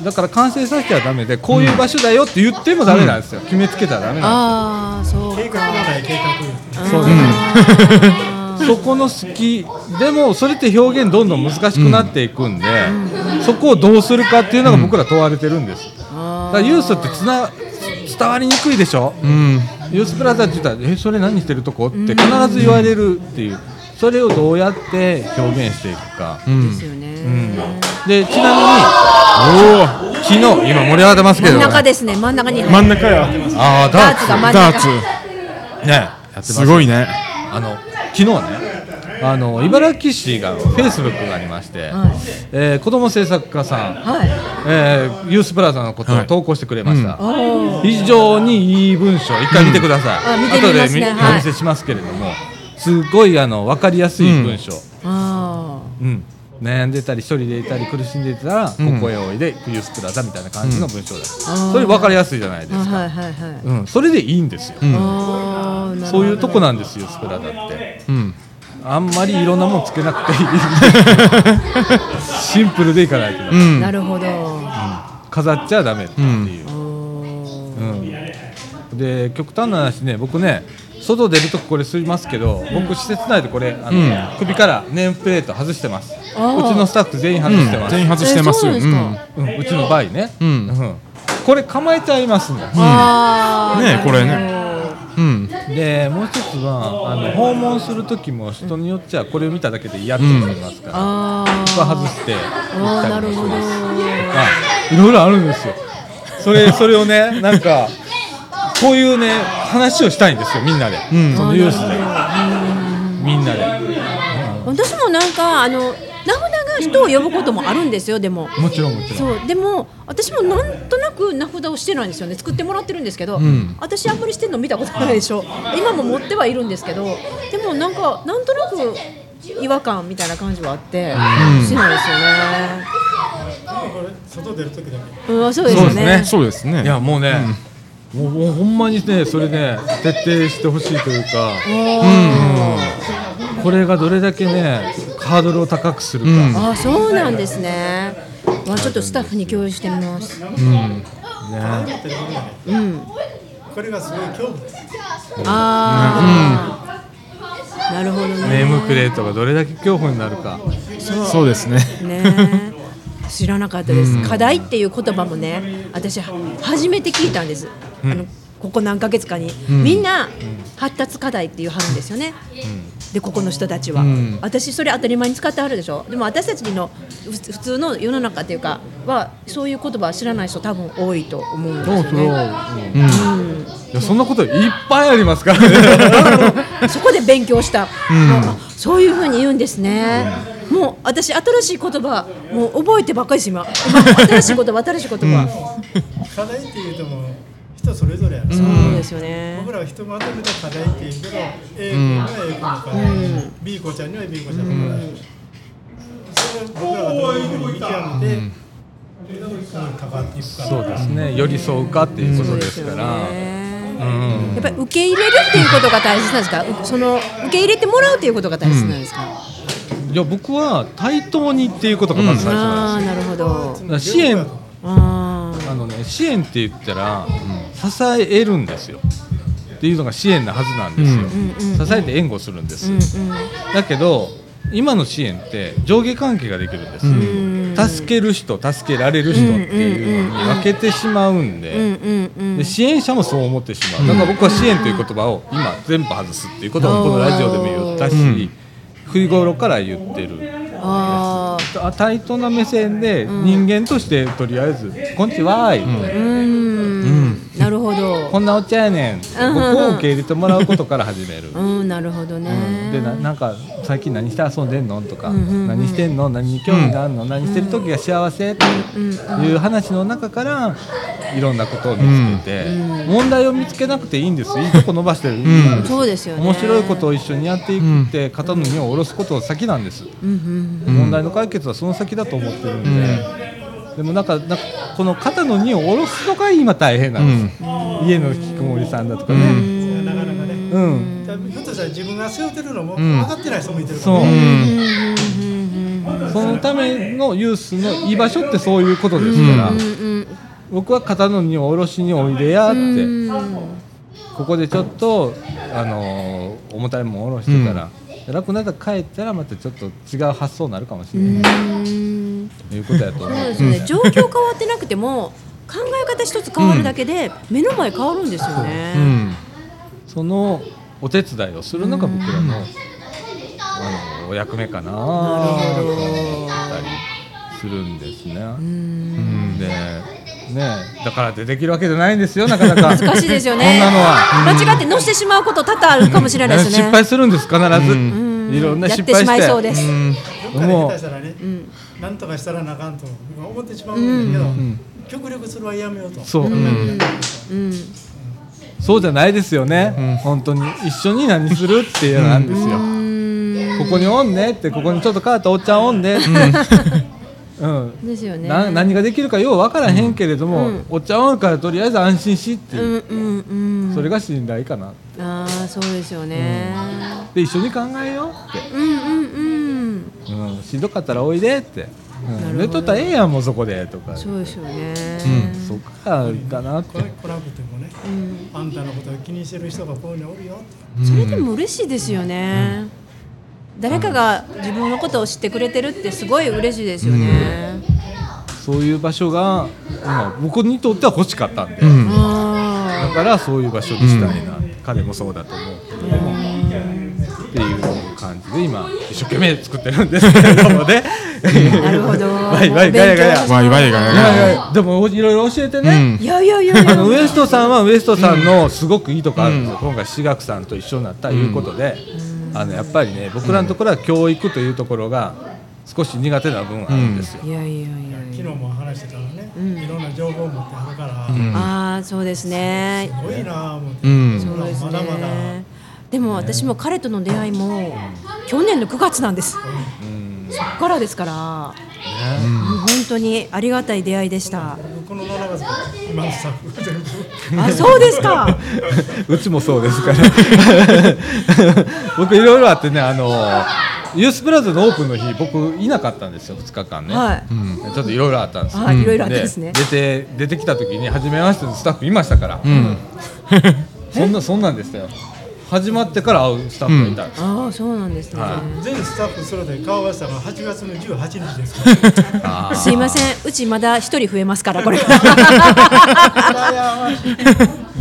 Speaker 1: だから完成させてはダメでこういう場所だよって言ってもダメなんですよ、決めつけたらダメなんで
Speaker 3: ああそう
Speaker 4: 計画がない計画よ。
Speaker 1: すそうですそこの隙でもそれって表現どんどん難しくなっていくんで、そこをどうするかっていうのが僕ら問われてるんです、だからユースってつな伝わりにくいでしょ、ユースプラザって言ったら「えそれ何してるとこ?」って必ず言われるっていうそれをどうやって表現していくか、
Speaker 3: ですよね
Speaker 1: でちなみに昨日今盛り上がってますけ
Speaker 3: 真
Speaker 1: ど
Speaker 3: ん
Speaker 1: ね
Speaker 3: 中ですね真ん中に
Speaker 2: 真ん中や。
Speaker 1: ああ
Speaker 3: ダ
Speaker 1: ダ
Speaker 3: ーツが
Speaker 1: ー
Speaker 3: 真ん
Speaker 2: ダー
Speaker 3: 中
Speaker 2: ツ。
Speaker 1: ツねやってます
Speaker 2: すごいね。
Speaker 1: あの昨日ねあの茨城市がフェイスブックがありまして、
Speaker 3: はい
Speaker 1: えー子ども政策課さん、
Speaker 3: はい
Speaker 1: えーユースプラザのことを投稿してくれました、
Speaker 3: おー
Speaker 1: 非常にいい文章一回見てください、
Speaker 3: うんあ見て
Speaker 1: 後
Speaker 3: みま
Speaker 1: です見
Speaker 3: ね
Speaker 1: お見せしますけれども、すごいあの分かりやすい文章、
Speaker 3: あ
Speaker 1: うん悩んでたり一人でいたり苦しんでいたら、ここへおいでユースプラザみたいな感じの文章です、
Speaker 3: うん
Speaker 1: それ分かりやすいじゃないで
Speaker 3: ーあ
Speaker 1: すか、
Speaker 3: はいはいはい
Speaker 1: うん、それでいいんですよ、
Speaker 3: あーなるほど
Speaker 1: そういうとこなんですよユースプラザって。
Speaker 2: うん。
Speaker 1: あんまりいろんなもんつけなくていいシンプルでいかないとダメ、
Speaker 3: なるほど
Speaker 1: 飾っちゃダメっていう、
Speaker 3: お
Speaker 1: うんで極端な話ね僕ね外出るとこれすりますけど僕施設内でこれあの、首からネームプレート外してますうち
Speaker 3: あー
Speaker 1: のスタッフ全員外してます、う
Speaker 2: 全員外してます。
Speaker 3: えそうなんですか
Speaker 2: うん
Speaker 1: うんうちの場合ね、
Speaker 2: ん
Speaker 1: うんこれ構えちゃいますもん
Speaker 3: あー
Speaker 2: ねえ
Speaker 3: なるほど
Speaker 2: これねうん。
Speaker 1: でもう一つはあの訪問する時も人によっちゃこれを見ただけで嫌って思いますから、
Speaker 3: あ
Speaker 1: 僕は外
Speaker 3: ー
Speaker 1: して行
Speaker 3: あ
Speaker 1: っ
Speaker 3: ー
Speaker 1: た
Speaker 3: な
Speaker 1: り
Speaker 3: る
Speaker 1: もし
Speaker 3: ほど
Speaker 1: ますあいろいろあるんですよ。それそれをねなんかこういうね話をしたいんですよみんなで、そのユースでみんなで
Speaker 3: 私もなんかあの名札が人を呼ぶこともあるんですよでも
Speaker 1: もちろんもちろん
Speaker 3: そうでも私もなんとなく名札をしてないんですよね作ってもらってるんですけど、私あんまりしてるの見たことないでしょ今も持ってはいるんですけどでもなんかなんとなく違和感みたいな感じはあって、してないですよね、
Speaker 4: これ外出る時だけ。
Speaker 3: うんあ、そうです
Speaker 1: そう
Speaker 3: よ
Speaker 1: です
Speaker 3: ね
Speaker 1: ね
Speaker 2: そうですね。
Speaker 1: いやもうね、もうもうほんまにねそれね徹底してほしいというか、うんこれがどれだけねハードルを高くするか、
Speaker 3: あそうなんですねわちょっとスタッフに共有してみます
Speaker 1: ね
Speaker 4: これがすごい恐怖です。
Speaker 3: ああ、なるほどね
Speaker 1: ネームプレートがどれだけ恐怖になるか
Speaker 2: そうですね。
Speaker 3: ねえ知らなかったです、課題っていう言葉もね私は初めて聞いたんです、あのここ何ヶ月かに、みんな発達課題っていうはるんですよね、でここの人たちは、
Speaker 2: ん
Speaker 3: 私それ当たり前に使ってはるでしょでも私たちのふ普通の世の中っていうかはそういう言葉は知らない人多分多いと思うんですよね
Speaker 1: いやそんなこといっぱいありますからね
Speaker 3: そこで勉強した、あそういうふうに言うんですね、もう私新しい言葉もう覚えてばっかりです *laughs* 今今新しい言葉新しい言葉、
Speaker 4: 課題っていうとも人それぞれやろ、
Speaker 3: そうですよね、
Speaker 4: 僕らはひとまとめた課題っていうけど A 君には A 君の課題、B 子ちゃんには B 子ちゃんの課題、それを僕らがどういうふうに見極めて、どういうふうに関わっていくか
Speaker 1: そうですね寄り添うかっていうことですから、
Speaker 3: やっぱり受け入れるっていうことが大切なんですかうその受け入れてもらうっていうことが大切なんですか、
Speaker 1: いや僕は対等にっていうことがまず最初なん
Speaker 3: ああ
Speaker 1: で
Speaker 3: なるほど
Speaker 1: すよ、だから支援
Speaker 3: あ
Speaker 1: あのね支援って言ったら、支えるんですよっていうのが支援なはずなんですよ、支えて援護するんです、だけど今の支援って上下関係ができるんです、助ける人助けられる人っていうのに分けてしまうんで,、で支援者もそう思ってしまうだから僕は支援という言葉を今全部外すっていうことをこのラジオでも言ったし、日頃から言ってる
Speaker 3: ああ
Speaker 1: あ対等な目線で人間としてとりあえず「こんにちはーい」
Speaker 3: あうーんなるほど
Speaker 1: こんなお茶やねん
Speaker 3: うんうんうん
Speaker 1: 僕を受け入れてもらうことから始める。
Speaker 3: うんなるほどね、
Speaker 1: でななんか最近何して遊んでんのとか、何してんの何に興味があるの、何してる時が幸せっていう話の中からいろんなことを見つけて、問題を見つけなくていいん *laughs* ですいいとこ伸ばしてる、
Speaker 3: そうですよね
Speaker 1: 面白いことを一緒にやっていくって肩の荷を下ろすこと先なんです、問題の解決はその先だと思ってるんで、でもなんかなんかこの肩の荷を下ろすのが今大変なんです、家の引きこもりさんだとかね
Speaker 4: なかなかね、
Speaker 1: うん、
Speaker 4: だからひょっとしたら自分が背負ってるのも分かってない人もいてるか
Speaker 1: そ
Speaker 4: ら、
Speaker 1: う、
Speaker 4: ね
Speaker 1: そのためのユースの居場所ってそういうことですから、僕は肩の荷を下ろしにおいでやって、ここでちょっと、あのー重たいもん下ろしてたら、楽になったら帰ったらまたちょっと違う発想になるかもしれない、ということやと思う
Speaker 3: そうですよね状況変わってなくても考え方一つ変わるだけで目の前変わるんですよね、
Speaker 1: そのお手伝いをするのが僕らの,、あのお役目かなと思ったりするんですね。うんでねだからってできるわけじゃないんですよなかなか
Speaker 3: 難しいですよね
Speaker 1: こんなのは。
Speaker 3: 間違って乗せてしまうこと多々あるかもしれないですね、
Speaker 1: 失敗するんです必ず、いろんな
Speaker 3: やっ
Speaker 1: 失
Speaker 3: て
Speaker 1: 敗して
Speaker 3: しまいそうです、
Speaker 4: どっかで下手したらね、なんとかしたらなあかんと思ってしまうんだけど、極力それはやめようと。
Speaker 1: そう、そうじゃないですよね、本当に一緒に何するっていうのなんですよ、ここにおんねってここにちょっと変わったおっちゃんおんねって、うん
Speaker 3: ですよね
Speaker 1: な何ができるかよう分からへんけれども、おっちゃんおるからとりあえず安心しっていう、
Speaker 3: うんうん
Speaker 1: それが信頼かな
Speaker 3: ああそうですよね、
Speaker 1: で一緒に考えよう
Speaker 3: うん、うんうん
Speaker 1: って、うん、しんどかったらおいでって、うん、寝とったらええやんもうそこでとか
Speaker 3: そうですよね、
Speaker 1: そっかだなって
Speaker 4: これ来なくてもね、あんたのことを気にしてる人がこういうのおるよって
Speaker 3: それでも嬉しいですよね、誰かが自分のことを知ってくれてるってすごい嬉しいですよね、
Speaker 1: そういう場所が、まあ、僕にとっては欲しかったんで、
Speaker 3: あ
Speaker 1: だからそういう場所にしたいな、彼もそうだと思うけれども、っていう感じで今一生懸命作ってるんですけれどもね
Speaker 3: あなるほど
Speaker 1: *laughs* わいわいガヤガヤ
Speaker 3: 勉強
Speaker 2: ワイワイが
Speaker 1: いやいやでもいろいろ教えてね、
Speaker 3: いやいやいやいや
Speaker 1: あのウエストさんはウエストさんのすごくいいとこあるんですよ、今回志学さんと一緒になったということで、あのやっぱりね僕らのところは教育というところが少し苦手な分あるんですよ、
Speaker 3: いやいやいや
Speaker 4: 昨日も話してたらね、いろんな情報を持ってはるから、
Speaker 3: ああそうですね
Speaker 4: すごいなあ思って、
Speaker 3: そ
Speaker 4: そうう
Speaker 3: で
Speaker 4: ですす
Speaker 3: ね
Speaker 4: ねまだまだ
Speaker 3: でも私も彼との出会いも去年の9月なんです、そっからですから、もう本当にありがたい出会いでした、
Speaker 4: この7月から今のスタッフ *laughs* 全部
Speaker 3: あそうで
Speaker 1: *laughs*
Speaker 3: すか
Speaker 1: うちもそうですから *laughs* 僕いろいろあってねあのユースプラザのオープンの日僕いなかったんですよ2日間ね、
Speaker 3: はい
Speaker 1: うんちょっといろいろあったんですよ
Speaker 3: はいいろいろあったんですね
Speaker 1: 出て出てきた時に初めましてのスタッフいましたから、 *laughs* そんなそんなんでしたよ始まってから会うスタッフがいたんです、
Speaker 3: ああそうなんですね、
Speaker 1: は
Speaker 4: 全スタッフそれで顔合わせたのは8月の18日ですから *laughs*
Speaker 1: あー
Speaker 3: すいませんうちまだ一人増えますからこれ
Speaker 4: 羨ましい
Speaker 1: *laughs*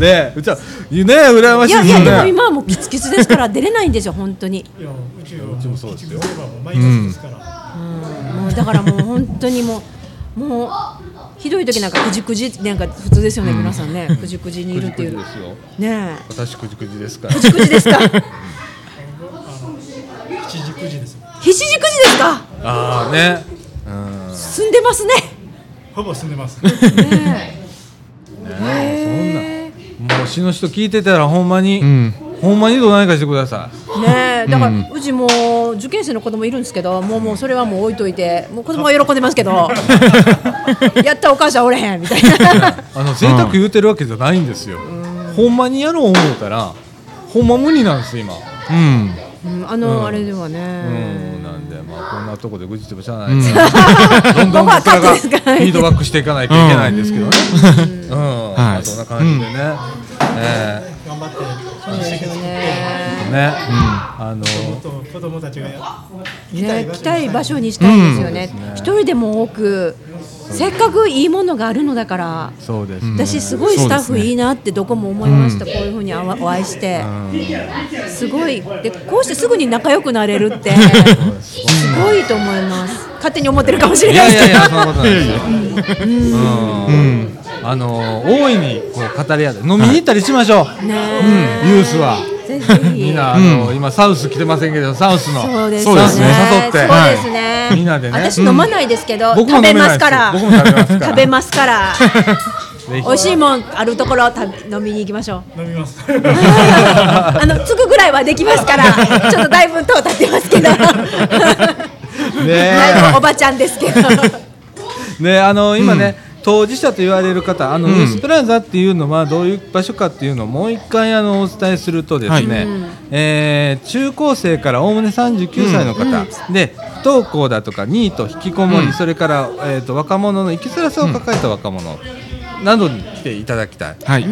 Speaker 1: ねうちはね羨ま
Speaker 3: い
Speaker 1: しい
Speaker 3: や
Speaker 1: で
Speaker 3: い
Speaker 1: すよ
Speaker 3: やでも
Speaker 1: ね
Speaker 3: 今はもうキツキツですから出れないんですよ本当に、
Speaker 4: いや宇宙はもう基地もればもう毎年ですから、
Speaker 3: うん、もうだからもう本当にもうもうひどい時なんかくじくじなんか普通ですよね皆さんねくじくじにいるってい
Speaker 1: く
Speaker 3: うね
Speaker 1: じくじですよ私
Speaker 3: え
Speaker 1: くじくじですから
Speaker 3: くじくじですか
Speaker 4: 七時九時です。
Speaker 3: ひしじくじですか
Speaker 1: ああね
Speaker 3: 進んでますね
Speaker 4: ほぼ住んでます。
Speaker 3: ね
Speaker 1: もう市の人聞いてたらほんまに、
Speaker 2: ん
Speaker 1: ほんまにどうないかしてください
Speaker 3: えねえだからうちもう受験生の子供いるんですけどもうもうそれはもう置いといてもう子供が喜んでますけ *laughs* どやったお母さんおれへんみたいな
Speaker 1: あの贅沢言うてるわけじゃないんですよ、ほんまにやろう思うたらほんま無理なんです今
Speaker 2: うん
Speaker 3: うんあのあれでは
Speaker 1: うん
Speaker 3: ね
Speaker 1: なんでまあこんなとこで愚痴ってもしゃあないですからどんどん
Speaker 3: ここは
Speaker 1: 僕ら
Speaker 3: カ
Speaker 1: が
Speaker 3: ット
Speaker 1: フ
Speaker 3: で
Speaker 1: ィ
Speaker 3: すから
Speaker 1: ードバックしていかないといけないんですけどねうん、うん
Speaker 2: はい
Speaker 1: まあそんな感じでね、え
Speaker 4: 頑張って
Speaker 3: そうですよね
Speaker 1: えね、あの
Speaker 4: もっと子供たちがや
Speaker 3: ね、来たい場所にしたいですよね。一、人でも多く、せっかくいいものがあるのだから。
Speaker 1: そうですね
Speaker 3: 私すごいスタッフいいなってどこも思いました、こういうふうにあわお会いして、すごいでこうしてすぐに仲良くなれるってすごいと思います勝手に思ってるかもしれ
Speaker 1: い
Speaker 3: な
Speaker 1: や
Speaker 3: い
Speaker 1: い
Speaker 3: です
Speaker 1: やい
Speaker 3: けど
Speaker 1: や、そんなことないですよ。うんあのー大いにこう語り合って、飲みに行ったりしましょう。
Speaker 3: ね
Speaker 1: うんユースは。
Speaker 3: ぜひぜひ
Speaker 1: みんな、あのー今サウス来てませんけど、サウスの。
Speaker 3: そうです
Speaker 2: そう
Speaker 3: ね
Speaker 2: ですね
Speaker 1: 誘って
Speaker 3: そうですね、
Speaker 1: はいみんなでね
Speaker 3: 私飲まないですけど、
Speaker 1: 僕も
Speaker 3: 食べ
Speaker 1: 飲め
Speaker 3: ま
Speaker 1: ない
Speaker 3: す
Speaker 1: で
Speaker 3: か
Speaker 1: す
Speaker 3: ら
Speaker 1: 僕も食べますから
Speaker 3: 食べますから
Speaker 1: *laughs* ぜひ
Speaker 3: 美味しいもんあるところを食べ飲みに行きましょう
Speaker 4: 飲みます。 *laughs*
Speaker 3: *laughs* あのつくぐらいはできますからちょっとだいぶとう立ってますけどだいぶおばちゃんですけど
Speaker 1: ね、あのー今ね、当事者と言われる方、あの、ニュースプラザっていうのはどういう場所かっていうのをもう一回あのお伝えするとですね、
Speaker 2: はい
Speaker 1: えー中高生からおおむね39歳の方、で不登校だとかニート引きこもり、それから、えー、と若者の生きづらさを抱えた若者などに来ていただきたい。
Speaker 2: はい、
Speaker 1: で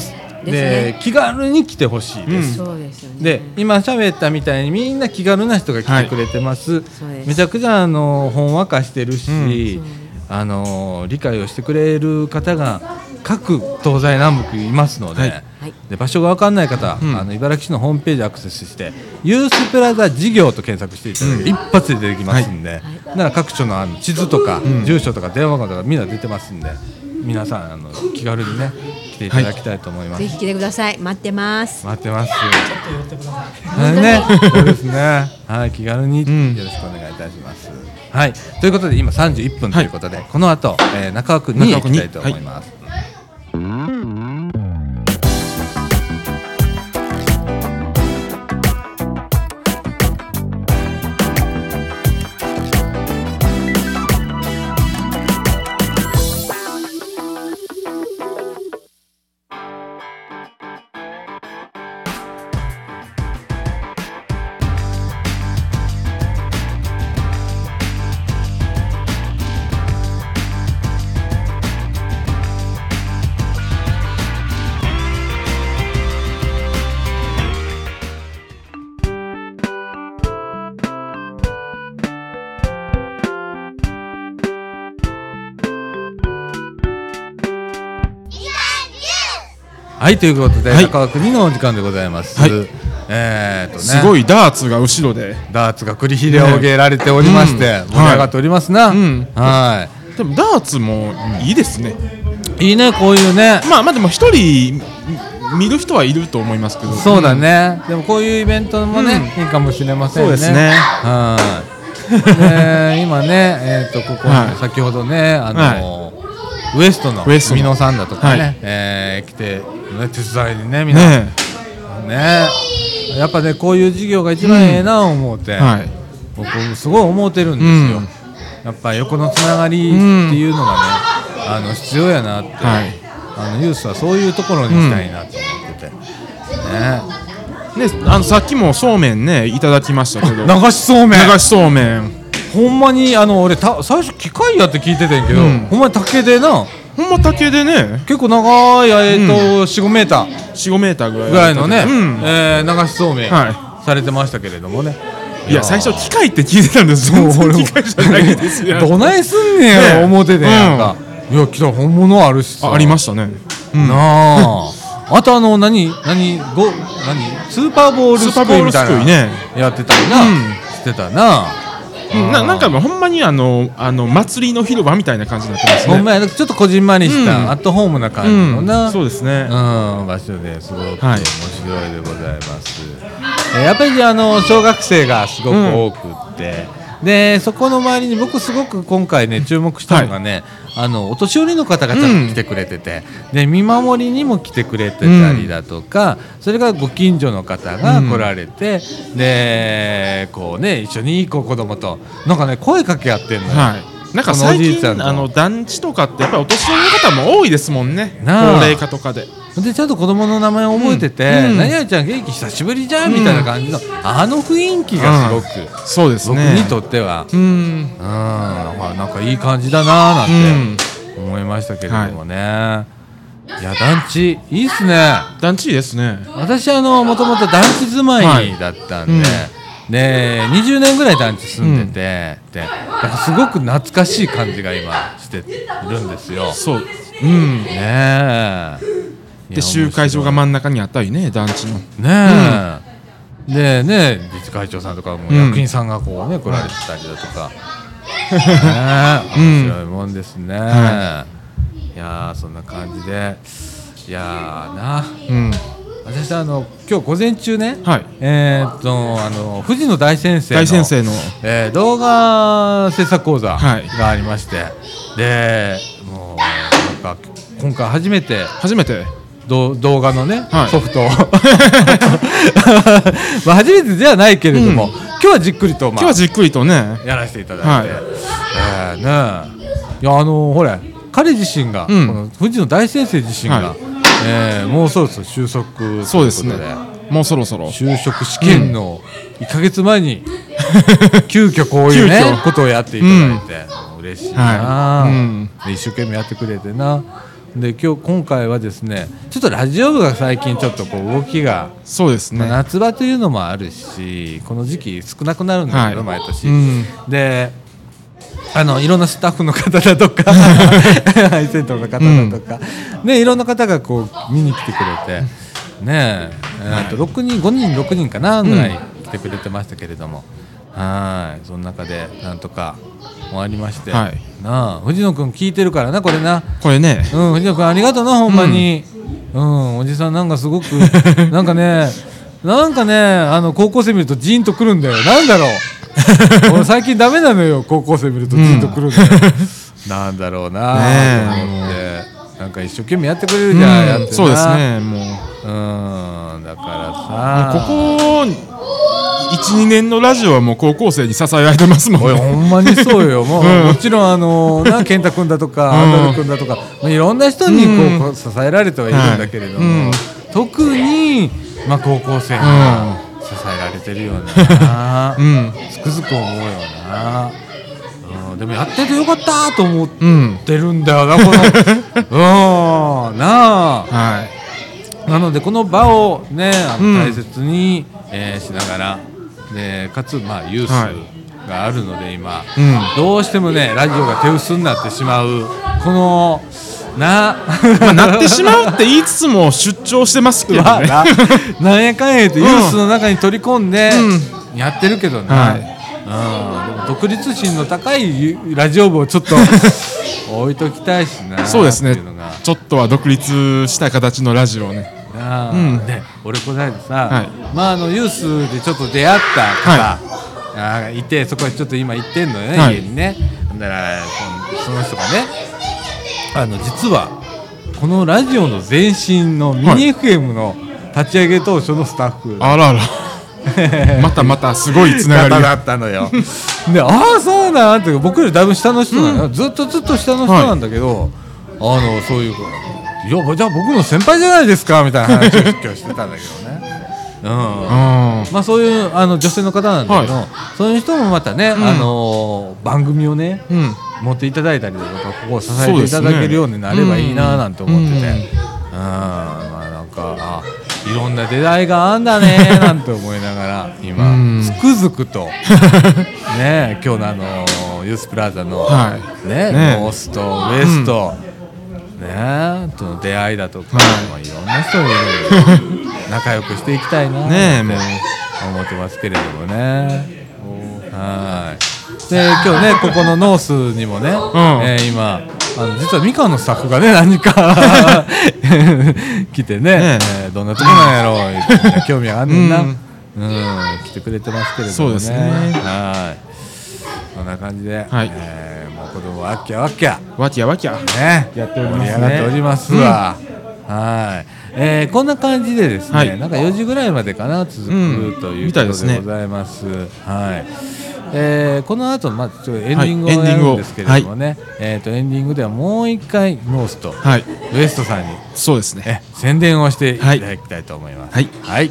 Speaker 1: す。で
Speaker 3: ですね
Speaker 1: 気軽に来てほしいです。
Speaker 3: そうですよね
Speaker 1: で今喋ったみたいにみんな気軽な人が来てくれてます、
Speaker 3: そうです
Speaker 1: めちゃくちゃあのほんわかしてるし、あの理解をしてくれる方が各東西南北いますので,、
Speaker 3: はい
Speaker 1: で場所が分かんない方、あの茨城市のホームページアクセスして「ユースプラザ事業」と検索していただいて、一発で出てきますんで、だから各所のあの地図とか、住所とか電話番号とかみんな出てますんで皆さんあの気軽にね来ていただきたいと思います。
Speaker 3: ぜひ来てください待ってます
Speaker 1: 待ってます。はいね、そうですね。はい、気軽によろしくお願いいたします。はい、ということで今31分ということで、この後、えー、中尾くんに行きたいと思います。はい、ということで、
Speaker 2: はい
Speaker 1: 中尾くんにのお時間でございます。
Speaker 2: はい
Speaker 1: えーっとね、
Speaker 2: すごいダーツが後ろで
Speaker 1: ダーツが繰り広げられておりまして、
Speaker 2: うん
Speaker 1: 盛り上がっておりますな。
Speaker 2: いうん
Speaker 1: は
Speaker 2: でもダーツもいいですね、
Speaker 1: い、いいねこういうね。
Speaker 2: まあまあでも一人み見る人はいると思いますけど
Speaker 1: そうだね、でもこういうイベントもね、いいかもしれませんね。
Speaker 2: そうですね
Speaker 1: はい。ね今ね、えっ、とここ、
Speaker 2: はい
Speaker 1: 先ほどね、あのウエストの
Speaker 2: ウエストの
Speaker 1: 美濃さんだとかね、
Speaker 2: はい
Speaker 1: えー来て、ね、手伝いにね、みんなね
Speaker 2: ね
Speaker 1: やっぱねこういう事業が一番ええな思うて、
Speaker 2: えはい
Speaker 1: 僕すごい思うてるんですよ。やっぱ横のつながりっていうのがね、あの必要やなって、
Speaker 2: はい
Speaker 1: あのユースはそういうところにしたいなと思ってて、ね。
Speaker 2: ね、あのさっきもそうめんねいただきましたけど
Speaker 1: 流しそうめん
Speaker 2: 流しそうめん
Speaker 1: ほんまにあの俺た最初機械やって聞いててんけど、ほんまに竹でな
Speaker 2: ほんま竹でね
Speaker 1: 結構長いえっと、45メーター
Speaker 2: 45メーターぐらい
Speaker 1: ぐらいのね、
Speaker 2: うん
Speaker 1: えー流しそうめん
Speaker 2: は
Speaker 1: されてましたけれどもね、
Speaker 2: いや最初機械って聞いてたんですよ
Speaker 1: 俺も
Speaker 2: *laughs* 機械じゃないです
Speaker 1: *laughs*
Speaker 2: よ
Speaker 1: どないすんねんやろ
Speaker 2: ね
Speaker 1: 思っててんやんか、いや来た本物あるしさ
Speaker 2: あありましたね
Speaker 1: ねなああとあの何何ご何スーパーボールす
Speaker 2: スーパーボ
Speaker 1: くい
Speaker 2: ー
Speaker 1: み
Speaker 2: ル
Speaker 1: た
Speaker 2: す
Speaker 1: い
Speaker 2: く
Speaker 1: ない
Speaker 2: ね
Speaker 1: やってたりな、
Speaker 2: うん
Speaker 1: してたな
Speaker 2: うんななんかもうほんまにあのあの祭りの広場みたいな感じになってますね
Speaker 1: ほんまやなちょっとこじんまりした、
Speaker 2: うん
Speaker 1: アットホームな感じのな、
Speaker 2: うん、そうですね、
Speaker 1: うん、場所ですごく面白
Speaker 2: は
Speaker 1: い
Speaker 2: い
Speaker 1: でございます、えーやっぱりあの小学生がすごく多くって、でそこの周りに僕すごく今回ね注目したのがね、あのお年寄りの方々
Speaker 2: う
Speaker 1: が
Speaker 2: ん
Speaker 1: 来てくれてて、で見守りにも来てくれてたりだとか、それからご近所の方が来られて、でこうね一緒にいい子子供となんかね声かけ合ってんのよ。
Speaker 2: はいなんか
Speaker 1: このお
Speaker 2: 最
Speaker 1: じいちゃん
Speaker 2: 近
Speaker 1: と
Speaker 2: あの団地とかってやっぱりお年寄りの方も多いですもんね高
Speaker 1: なあ
Speaker 2: 齢化とかで
Speaker 1: でちゃんと子供の名前を覚えてて「
Speaker 2: うん
Speaker 1: 何々ちゃん元気久しぶりじゃん」みたいな感じの、あの雰囲気がすごく、
Speaker 2: そうです
Speaker 1: 僕
Speaker 2: ね
Speaker 1: にとっては、
Speaker 2: う
Speaker 1: うん
Speaker 2: ん
Speaker 1: まあ、なんかいい感じだなーなんて思いましたけれどもね、い、や団地いいっすね
Speaker 2: 団地いいですね
Speaker 1: 私あのもともと団地住まいだったんで、
Speaker 2: はいうん
Speaker 1: で20年ぐらい団地住んでて、でだからすごく懐かしい感じが今してるんですよ。
Speaker 2: そううん
Speaker 1: ねえ
Speaker 2: で集会所が
Speaker 1: ね
Speaker 2: 真ん中にあったりね団地の
Speaker 1: え、でねえ理事会長さんとかも
Speaker 2: うん
Speaker 1: 役員さんがこうね、来られてたりだとか、ねえ
Speaker 2: うん
Speaker 1: 面白いもんですね、、
Speaker 2: はい
Speaker 1: やーそんな感じでいやーな
Speaker 2: うん
Speaker 1: 私あの今日午前中ね、
Speaker 2: はい
Speaker 1: えーっとあの富士の大先生の
Speaker 2: 大先生の
Speaker 1: えー動画制作講座
Speaker 2: はい
Speaker 1: がありまして、でもうなんか今回初めて
Speaker 2: 初めて
Speaker 1: ど動画のね、
Speaker 2: はい
Speaker 1: ソフトを *laughs* まあ初めてではないけれども、
Speaker 2: うん
Speaker 1: 今日はじっくりと、ま
Speaker 2: 今
Speaker 1: あ、
Speaker 2: 日はじっくりとね
Speaker 1: やらせていただいて、えーねえいやあのほれ彼自身が、
Speaker 2: うん
Speaker 1: この富士の大先生自身が、
Speaker 2: はい
Speaker 1: えーもうそろそろ収束ということで
Speaker 2: そうですねもうそろ
Speaker 1: *laughs*
Speaker 2: そろ
Speaker 1: 就職試験の1か月前
Speaker 2: *laughs*
Speaker 1: に、急遽こういう
Speaker 2: 急
Speaker 1: ね
Speaker 2: 遽
Speaker 1: ことをやっていただいて、嬉しいな、
Speaker 2: はいうん
Speaker 1: で一生懸命やってくれてなで今日今回はですねちょっとラジオ部が最近ちょっとこう動きが、
Speaker 2: そうです
Speaker 1: まあ
Speaker 2: ね
Speaker 1: 夏場というのもあるしこの時期少なくなるんですけど、
Speaker 2: はい
Speaker 1: 毎年。
Speaker 2: うん
Speaker 1: であのいろんなスタッフの方だと
Speaker 2: *laughs*
Speaker 1: か配線頭の方だとか、ね、いろんな方がこう見に来てくれて、ねええーと6人5人6人かなぐらい来てくれてましたけれども、はいその中でなんとか終わりまして、
Speaker 2: はい
Speaker 1: なあ藤野君聞いてるからなこれな、
Speaker 2: これね
Speaker 1: うん、藤野君ありがとうなほんまに、うんおじさんなんかすごく *laughs* なんかねなんかねあの高校生見るとジーンとくるんだよなんだろう *laughs* 俺最近ダメなのよ高校生見るとジーンとくるんだよ、 *laughs* なんだろうな
Speaker 2: ね
Speaker 1: と
Speaker 2: え
Speaker 1: 思ってなんか一生懸命やってくれるじゃん、やって
Speaker 2: う
Speaker 1: なん
Speaker 2: そうですねもう
Speaker 1: うんだからさ
Speaker 2: ここ12年のラジオはもう高校生に支えられてますもん
Speaker 1: おい
Speaker 2: ね
Speaker 1: ほんまにそう
Speaker 2: *laughs*
Speaker 1: よ、もう
Speaker 2: うん
Speaker 1: もちろんあのな健太君だとか、
Speaker 2: うん
Speaker 1: アタル君だとか、まあ、いろんな人にこう
Speaker 2: うん
Speaker 1: こう支えられてはいるんだけれども、
Speaker 2: はいうん
Speaker 1: 特に、まあ、高校生が支えられてるような、
Speaker 2: *laughs* うん
Speaker 1: つくづく思うよな、うん、でもやっててよかったと思っ
Speaker 2: うん
Speaker 1: てるんだよな、こ
Speaker 2: *laughs*
Speaker 1: のうんなあ。
Speaker 2: はい
Speaker 1: なのでこの場をねあ
Speaker 2: う
Speaker 1: の
Speaker 2: ん
Speaker 1: 大切に、えーしながらでかつまあユー
Speaker 2: は
Speaker 1: スがあるので今、
Speaker 2: うん
Speaker 1: どうしてもねラジオが手薄になってしまうこのな
Speaker 2: まあなってしまうって言いつつも出張してますけど
Speaker 1: *laughs* まあ
Speaker 2: ね
Speaker 1: ななんやかんや言ってユースの中に取り込んでやってるけどね、
Speaker 2: は
Speaker 1: うん、でも独立心の高いラジオ部をちょ
Speaker 2: *laughs*
Speaker 1: っと置いときたいしな
Speaker 2: *laughs* そうです
Speaker 1: っ
Speaker 2: ね
Speaker 1: ていうのが
Speaker 2: ちょっとは独立した形のラジオをね
Speaker 1: なあ、
Speaker 2: うん
Speaker 1: で俺この間さ、
Speaker 2: はい
Speaker 1: まああのユースでちょっと出会った方がいてそこへちょっと今行ってんのよね、
Speaker 2: はい
Speaker 1: 家にねだからそのその人がねあの実はこのラジオの前身のミ
Speaker 2: はい
Speaker 1: ニ FM の立ち上げ当初のスタッフ、
Speaker 2: あらあら *laughs* またまたすごいつなが
Speaker 1: 方
Speaker 2: り
Speaker 1: だ
Speaker 2: が
Speaker 1: ったのよ *laughs* でああそうなんって僕よりだいぶ下の人なのよ、ずっとずっと下の人なんだけど、あのそういう「いやじゃあ僕の先輩じゃないですか」みたいな話を今日してたんだけどね *laughs* うん
Speaker 2: うん
Speaker 1: まあ、そういうあの女性の方なんだけど、
Speaker 2: はい
Speaker 1: そういう人もまたね、あのー番組をね、
Speaker 2: うん
Speaker 1: 持っていただいたりだとかここを支えていただけるようになればいいななんて思ってて、
Speaker 2: そううんですね
Speaker 1: まあなんかあいろんな出会いがあんだ
Speaker 2: *laughs*
Speaker 1: ねなんて思いながら今、
Speaker 2: うん
Speaker 1: つくづく
Speaker 2: *laughs*
Speaker 1: とね今日のあのユースプラザの、
Speaker 2: はい
Speaker 1: ね
Speaker 2: ね
Speaker 1: ノースとウエスト、ねえとの出会いだとか、まあ、いろんな人がいるんで仲良くしていきたいな
Speaker 2: ねえ
Speaker 1: って
Speaker 2: もう
Speaker 1: 思ってますけれどもねはい *laughs* で今日ねここのノースにもね、えー今あの実はみかんのスタッフがね何 *laughs* か来てね
Speaker 2: ね
Speaker 1: えーどんなとこなんやろう言ってね興味あんねんな、う
Speaker 2: うんん
Speaker 1: 来てくれてますけれどもね
Speaker 2: そうですね
Speaker 1: はいこんな感じで、
Speaker 2: はい
Speaker 1: えーもう子供はわっきゃわっきゃ
Speaker 2: わきゃわきゃ。
Speaker 1: ね、
Speaker 2: やっておりま
Speaker 1: 盛
Speaker 2: すね
Speaker 1: り上がっておりますわ。はい。えーこんな感じでですね、
Speaker 2: はい
Speaker 1: なんか4時ぐらいまでかな続く、
Speaker 2: うん
Speaker 1: という
Speaker 2: み
Speaker 1: こ
Speaker 2: た
Speaker 1: とで
Speaker 2: いですね
Speaker 1: ございます。はい。えーこの後まあちょっとエンディングを
Speaker 2: はいエンデ
Speaker 1: や
Speaker 2: ィン
Speaker 1: る
Speaker 2: グを
Speaker 1: んですけれどもね、えっ、とエンディングではもう一回ノースと、
Speaker 2: はい。
Speaker 1: ウエストさんに
Speaker 2: そうですね。
Speaker 1: え宣伝をしていただきたいと思います。
Speaker 2: はい
Speaker 1: はい。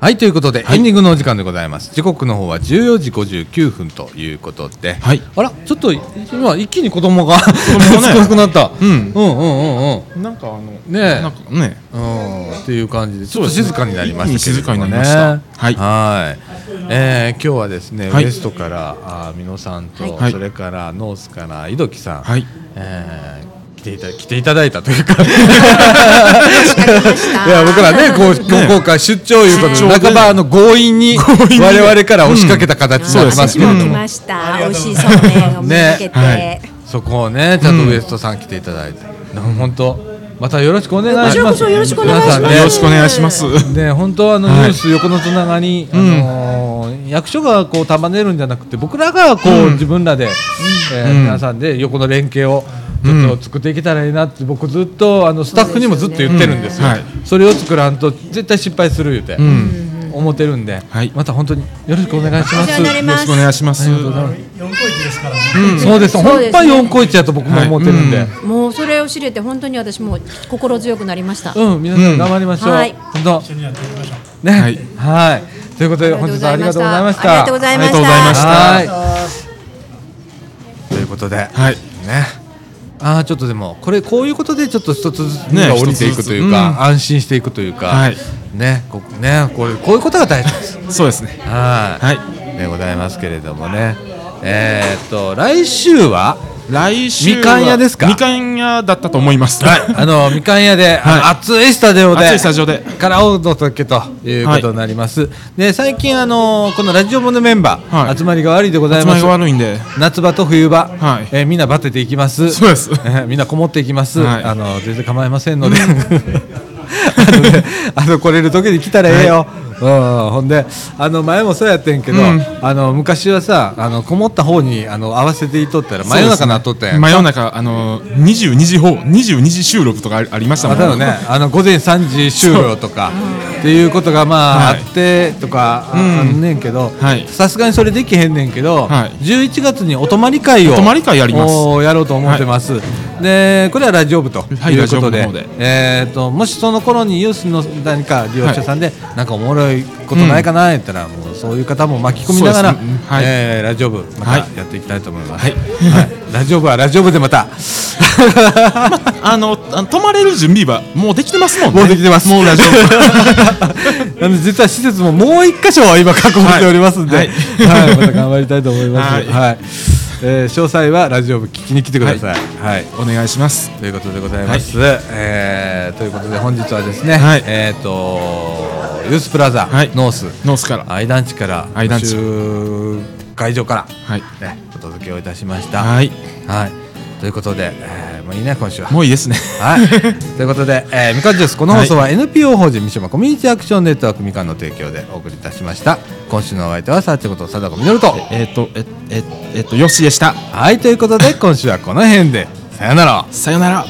Speaker 1: はいということで、エンディングのお時間でございます時刻の方は14時59分ということで、
Speaker 2: はい
Speaker 1: あらちょっと今一気に子供が
Speaker 2: 供
Speaker 1: *laughs*
Speaker 2: がね
Speaker 1: 少なくなった、
Speaker 2: う
Speaker 1: うん
Speaker 2: ん
Speaker 1: うんうんうん
Speaker 2: なんかあのね
Speaker 1: え
Speaker 2: なんかね
Speaker 1: うんっていう感じでちょっと
Speaker 2: そうです
Speaker 1: 静
Speaker 2: ね
Speaker 1: かになりましたけれどもね
Speaker 2: 一気に静かになりましたはい
Speaker 1: はいえー今日はですね、
Speaker 2: はい
Speaker 1: ウエストからあー美濃さんと、
Speaker 2: はい
Speaker 1: それからノースから井戸木さん、
Speaker 2: はい
Speaker 1: えー来ていた来ていただいたというかい
Speaker 3: ました
Speaker 1: や僕らねこう今
Speaker 2: ね
Speaker 1: 日今回出張いうこと
Speaker 2: 出張
Speaker 1: で
Speaker 2: で
Speaker 1: 半ばあの強引に
Speaker 2: 強引に
Speaker 1: 我々から押しかけた形になりますけれど
Speaker 2: うん
Speaker 1: も、
Speaker 5: 来ま
Speaker 2: そうですね
Speaker 5: した。美味しいそうめんを見つけて。
Speaker 2: ね
Speaker 1: そこをねちゃんとウエストさん来ていただいて、なん、本当またよろしくお願い
Speaker 3: こち
Speaker 1: し
Speaker 3: ら
Speaker 1: ま
Speaker 3: こ
Speaker 1: す
Speaker 3: そよろしくお願いします
Speaker 1: 皆さんね
Speaker 2: よろしくお願いします。
Speaker 1: で本当はあのニ
Speaker 2: はい
Speaker 1: ュース横のつながり、あのー役所がこう束ねるんじゃなくて僕らがこう、自分らで、えー
Speaker 2: うん
Speaker 1: 皆さんで横の連携をちょっと作っていけたらいいなって僕ずっとあのスタッフにもずっと言ってるんですよ、
Speaker 2: うんはい
Speaker 1: それを作らんと絶対失敗する言うて、思ってるんで、
Speaker 2: はい
Speaker 1: また本当によろしくお願いしま
Speaker 5: お世話になり
Speaker 1: す。
Speaker 2: よろしくお願いします。
Speaker 4: 四個一ですからね。
Speaker 1: そうです、
Speaker 3: そう
Speaker 1: 本
Speaker 3: ですね
Speaker 1: 当は四個一やと僕も思ってるんで、
Speaker 2: はい
Speaker 3: もうそれを知れて本当に私もう心強くなりました。
Speaker 1: うん、皆さん頑張りましょう。
Speaker 3: はい
Speaker 1: 本当
Speaker 4: 一緒にやっていきましょう。
Speaker 1: ね、は
Speaker 2: はいい、
Speaker 1: ということで本日はありがとうございました。
Speaker 5: ありがとうございました。
Speaker 2: ありがとうございました
Speaker 1: はい。ということで、
Speaker 2: はい。
Speaker 1: ね。ああちょっとでもこれこういうことでちょっと一つずつ
Speaker 2: ね
Speaker 1: が降りていくというか、
Speaker 2: 一つずつ
Speaker 1: 安心していくというか、
Speaker 2: はい
Speaker 1: ねこねこういうこういうことが大事
Speaker 2: *laughs*
Speaker 1: です。
Speaker 2: そうですね。
Speaker 1: はい、
Speaker 2: はい
Speaker 1: でございますけれどもね。えー、っと来週は。
Speaker 2: 来週は
Speaker 1: みかん屋ですか
Speaker 2: みかん屋だったと思います。
Speaker 1: はい、 *laughs* あのみかん屋で、あの
Speaker 2: はい
Speaker 1: 熱いスタジオで
Speaker 2: 熱いスタジオで
Speaker 1: からお届けということになります、で最近あのこのラジオ部のメンバー、
Speaker 2: はい
Speaker 1: 集まりが悪いでござい
Speaker 2: 集
Speaker 1: ま
Speaker 2: ますりが悪いんで。
Speaker 1: 夏場と冬場、
Speaker 2: はい
Speaker 1: えーみんなバテていきます
Speaker 2: そうです
Speaker 1: えーみんなこもっていきます、
Speaker 2: はい
Speaker 1: あの全然構いませんので *laughs* あのねあの来れる時に来たらええよ、うん、ほんであの前もそうやってんけど、
Speaker 2: うん
Speaker 1: あの昔はさあのこもった方にあの合わせていとったら真夜中なっとったやん
Speaker 2: 真夜中あの二十二時方二十二時収録とかありありましたも
Speaker 1: あ
Speaker 2: ん
Speaker 1: だよね。、あの午前3時終了とかっていうことがまあ、
Speaker 2: はい
Speaker 1: あってとかああんねんけど
Speaker 2: はい
Speaker 1: さすがにそれできへんねんけど、
Speaker 2: はい
Speaker 1: 11月にお泊まり会を
Speaker 2: お泊まり会やります
Speaker 1: おーやろうと思ってます、でこれはラジオ部と
Speaker 2: はい
Speaker 1: いうことで,、
Speaker 2: ラジオ部の方で
Speaker 1: えー、ともしその頃にユースの何か利用者さんで、なんかおもろいことないかな言ったら、もうそういう方も巻き込みながら、
Speaker 2: そうですねはい
Speaker 1: えーラジオ部また
Speaker 2: はい
Speaker 1: やっていきたいと思います、
Speaker 2: はい
Speaker 1: はいラジオ部はラジオ部でま
Speaker 2: *laughs*
Speaker 1: た
Speaker 2: あのあの泊まれる準備はもうできてますもんね。
Speaker 1: もうできてます
Speaker 2: もうラジ
Speaker 1: *laughs*
Speaker 2: オ。
Speaker 1: なので実は施設ももう一箇所は今確保しておりますんで、は、
Speaker 2: はいい
Speaker 1: また頑張りたいと思います。は、
Speaker 2: はいい
Speaker 1: えー詳細はラジオ部聞きに来てください。はい、
Speaker 2: お願いします。
Speaker 1: ということでございます。えーということで本日はですね、
Speaker 2: はい
Speaker 1: えっ、とユースプラザ、
Speaker 2: はい
Speaker 1: ノース
Speaker 2: ノースから。
Speaker 1: 愛団地から
Speaker 2: 愛団地
Speaker 1: 集会場から、
Speaker 2: はい
Speaker 1: ね、お届けをいたしました。は、
Speaker 2: はいい
Speaker 1: ということで、えーもういいね今週は。
Speaker 2: もういいですね
Speaker 1: はい、 *laughs* ということで、えー、みかんジュースこの放送は NPO 法人三島コミュニティアクションネットワークみかんの提供でお送りいたしました今週のお相手はさあちこと貞子みのると
Speaker 2: えっ、とえええっ、とよしでした
Speaker 1: はいということで今週はこの辺でさよなら
Speaker 2: さよなら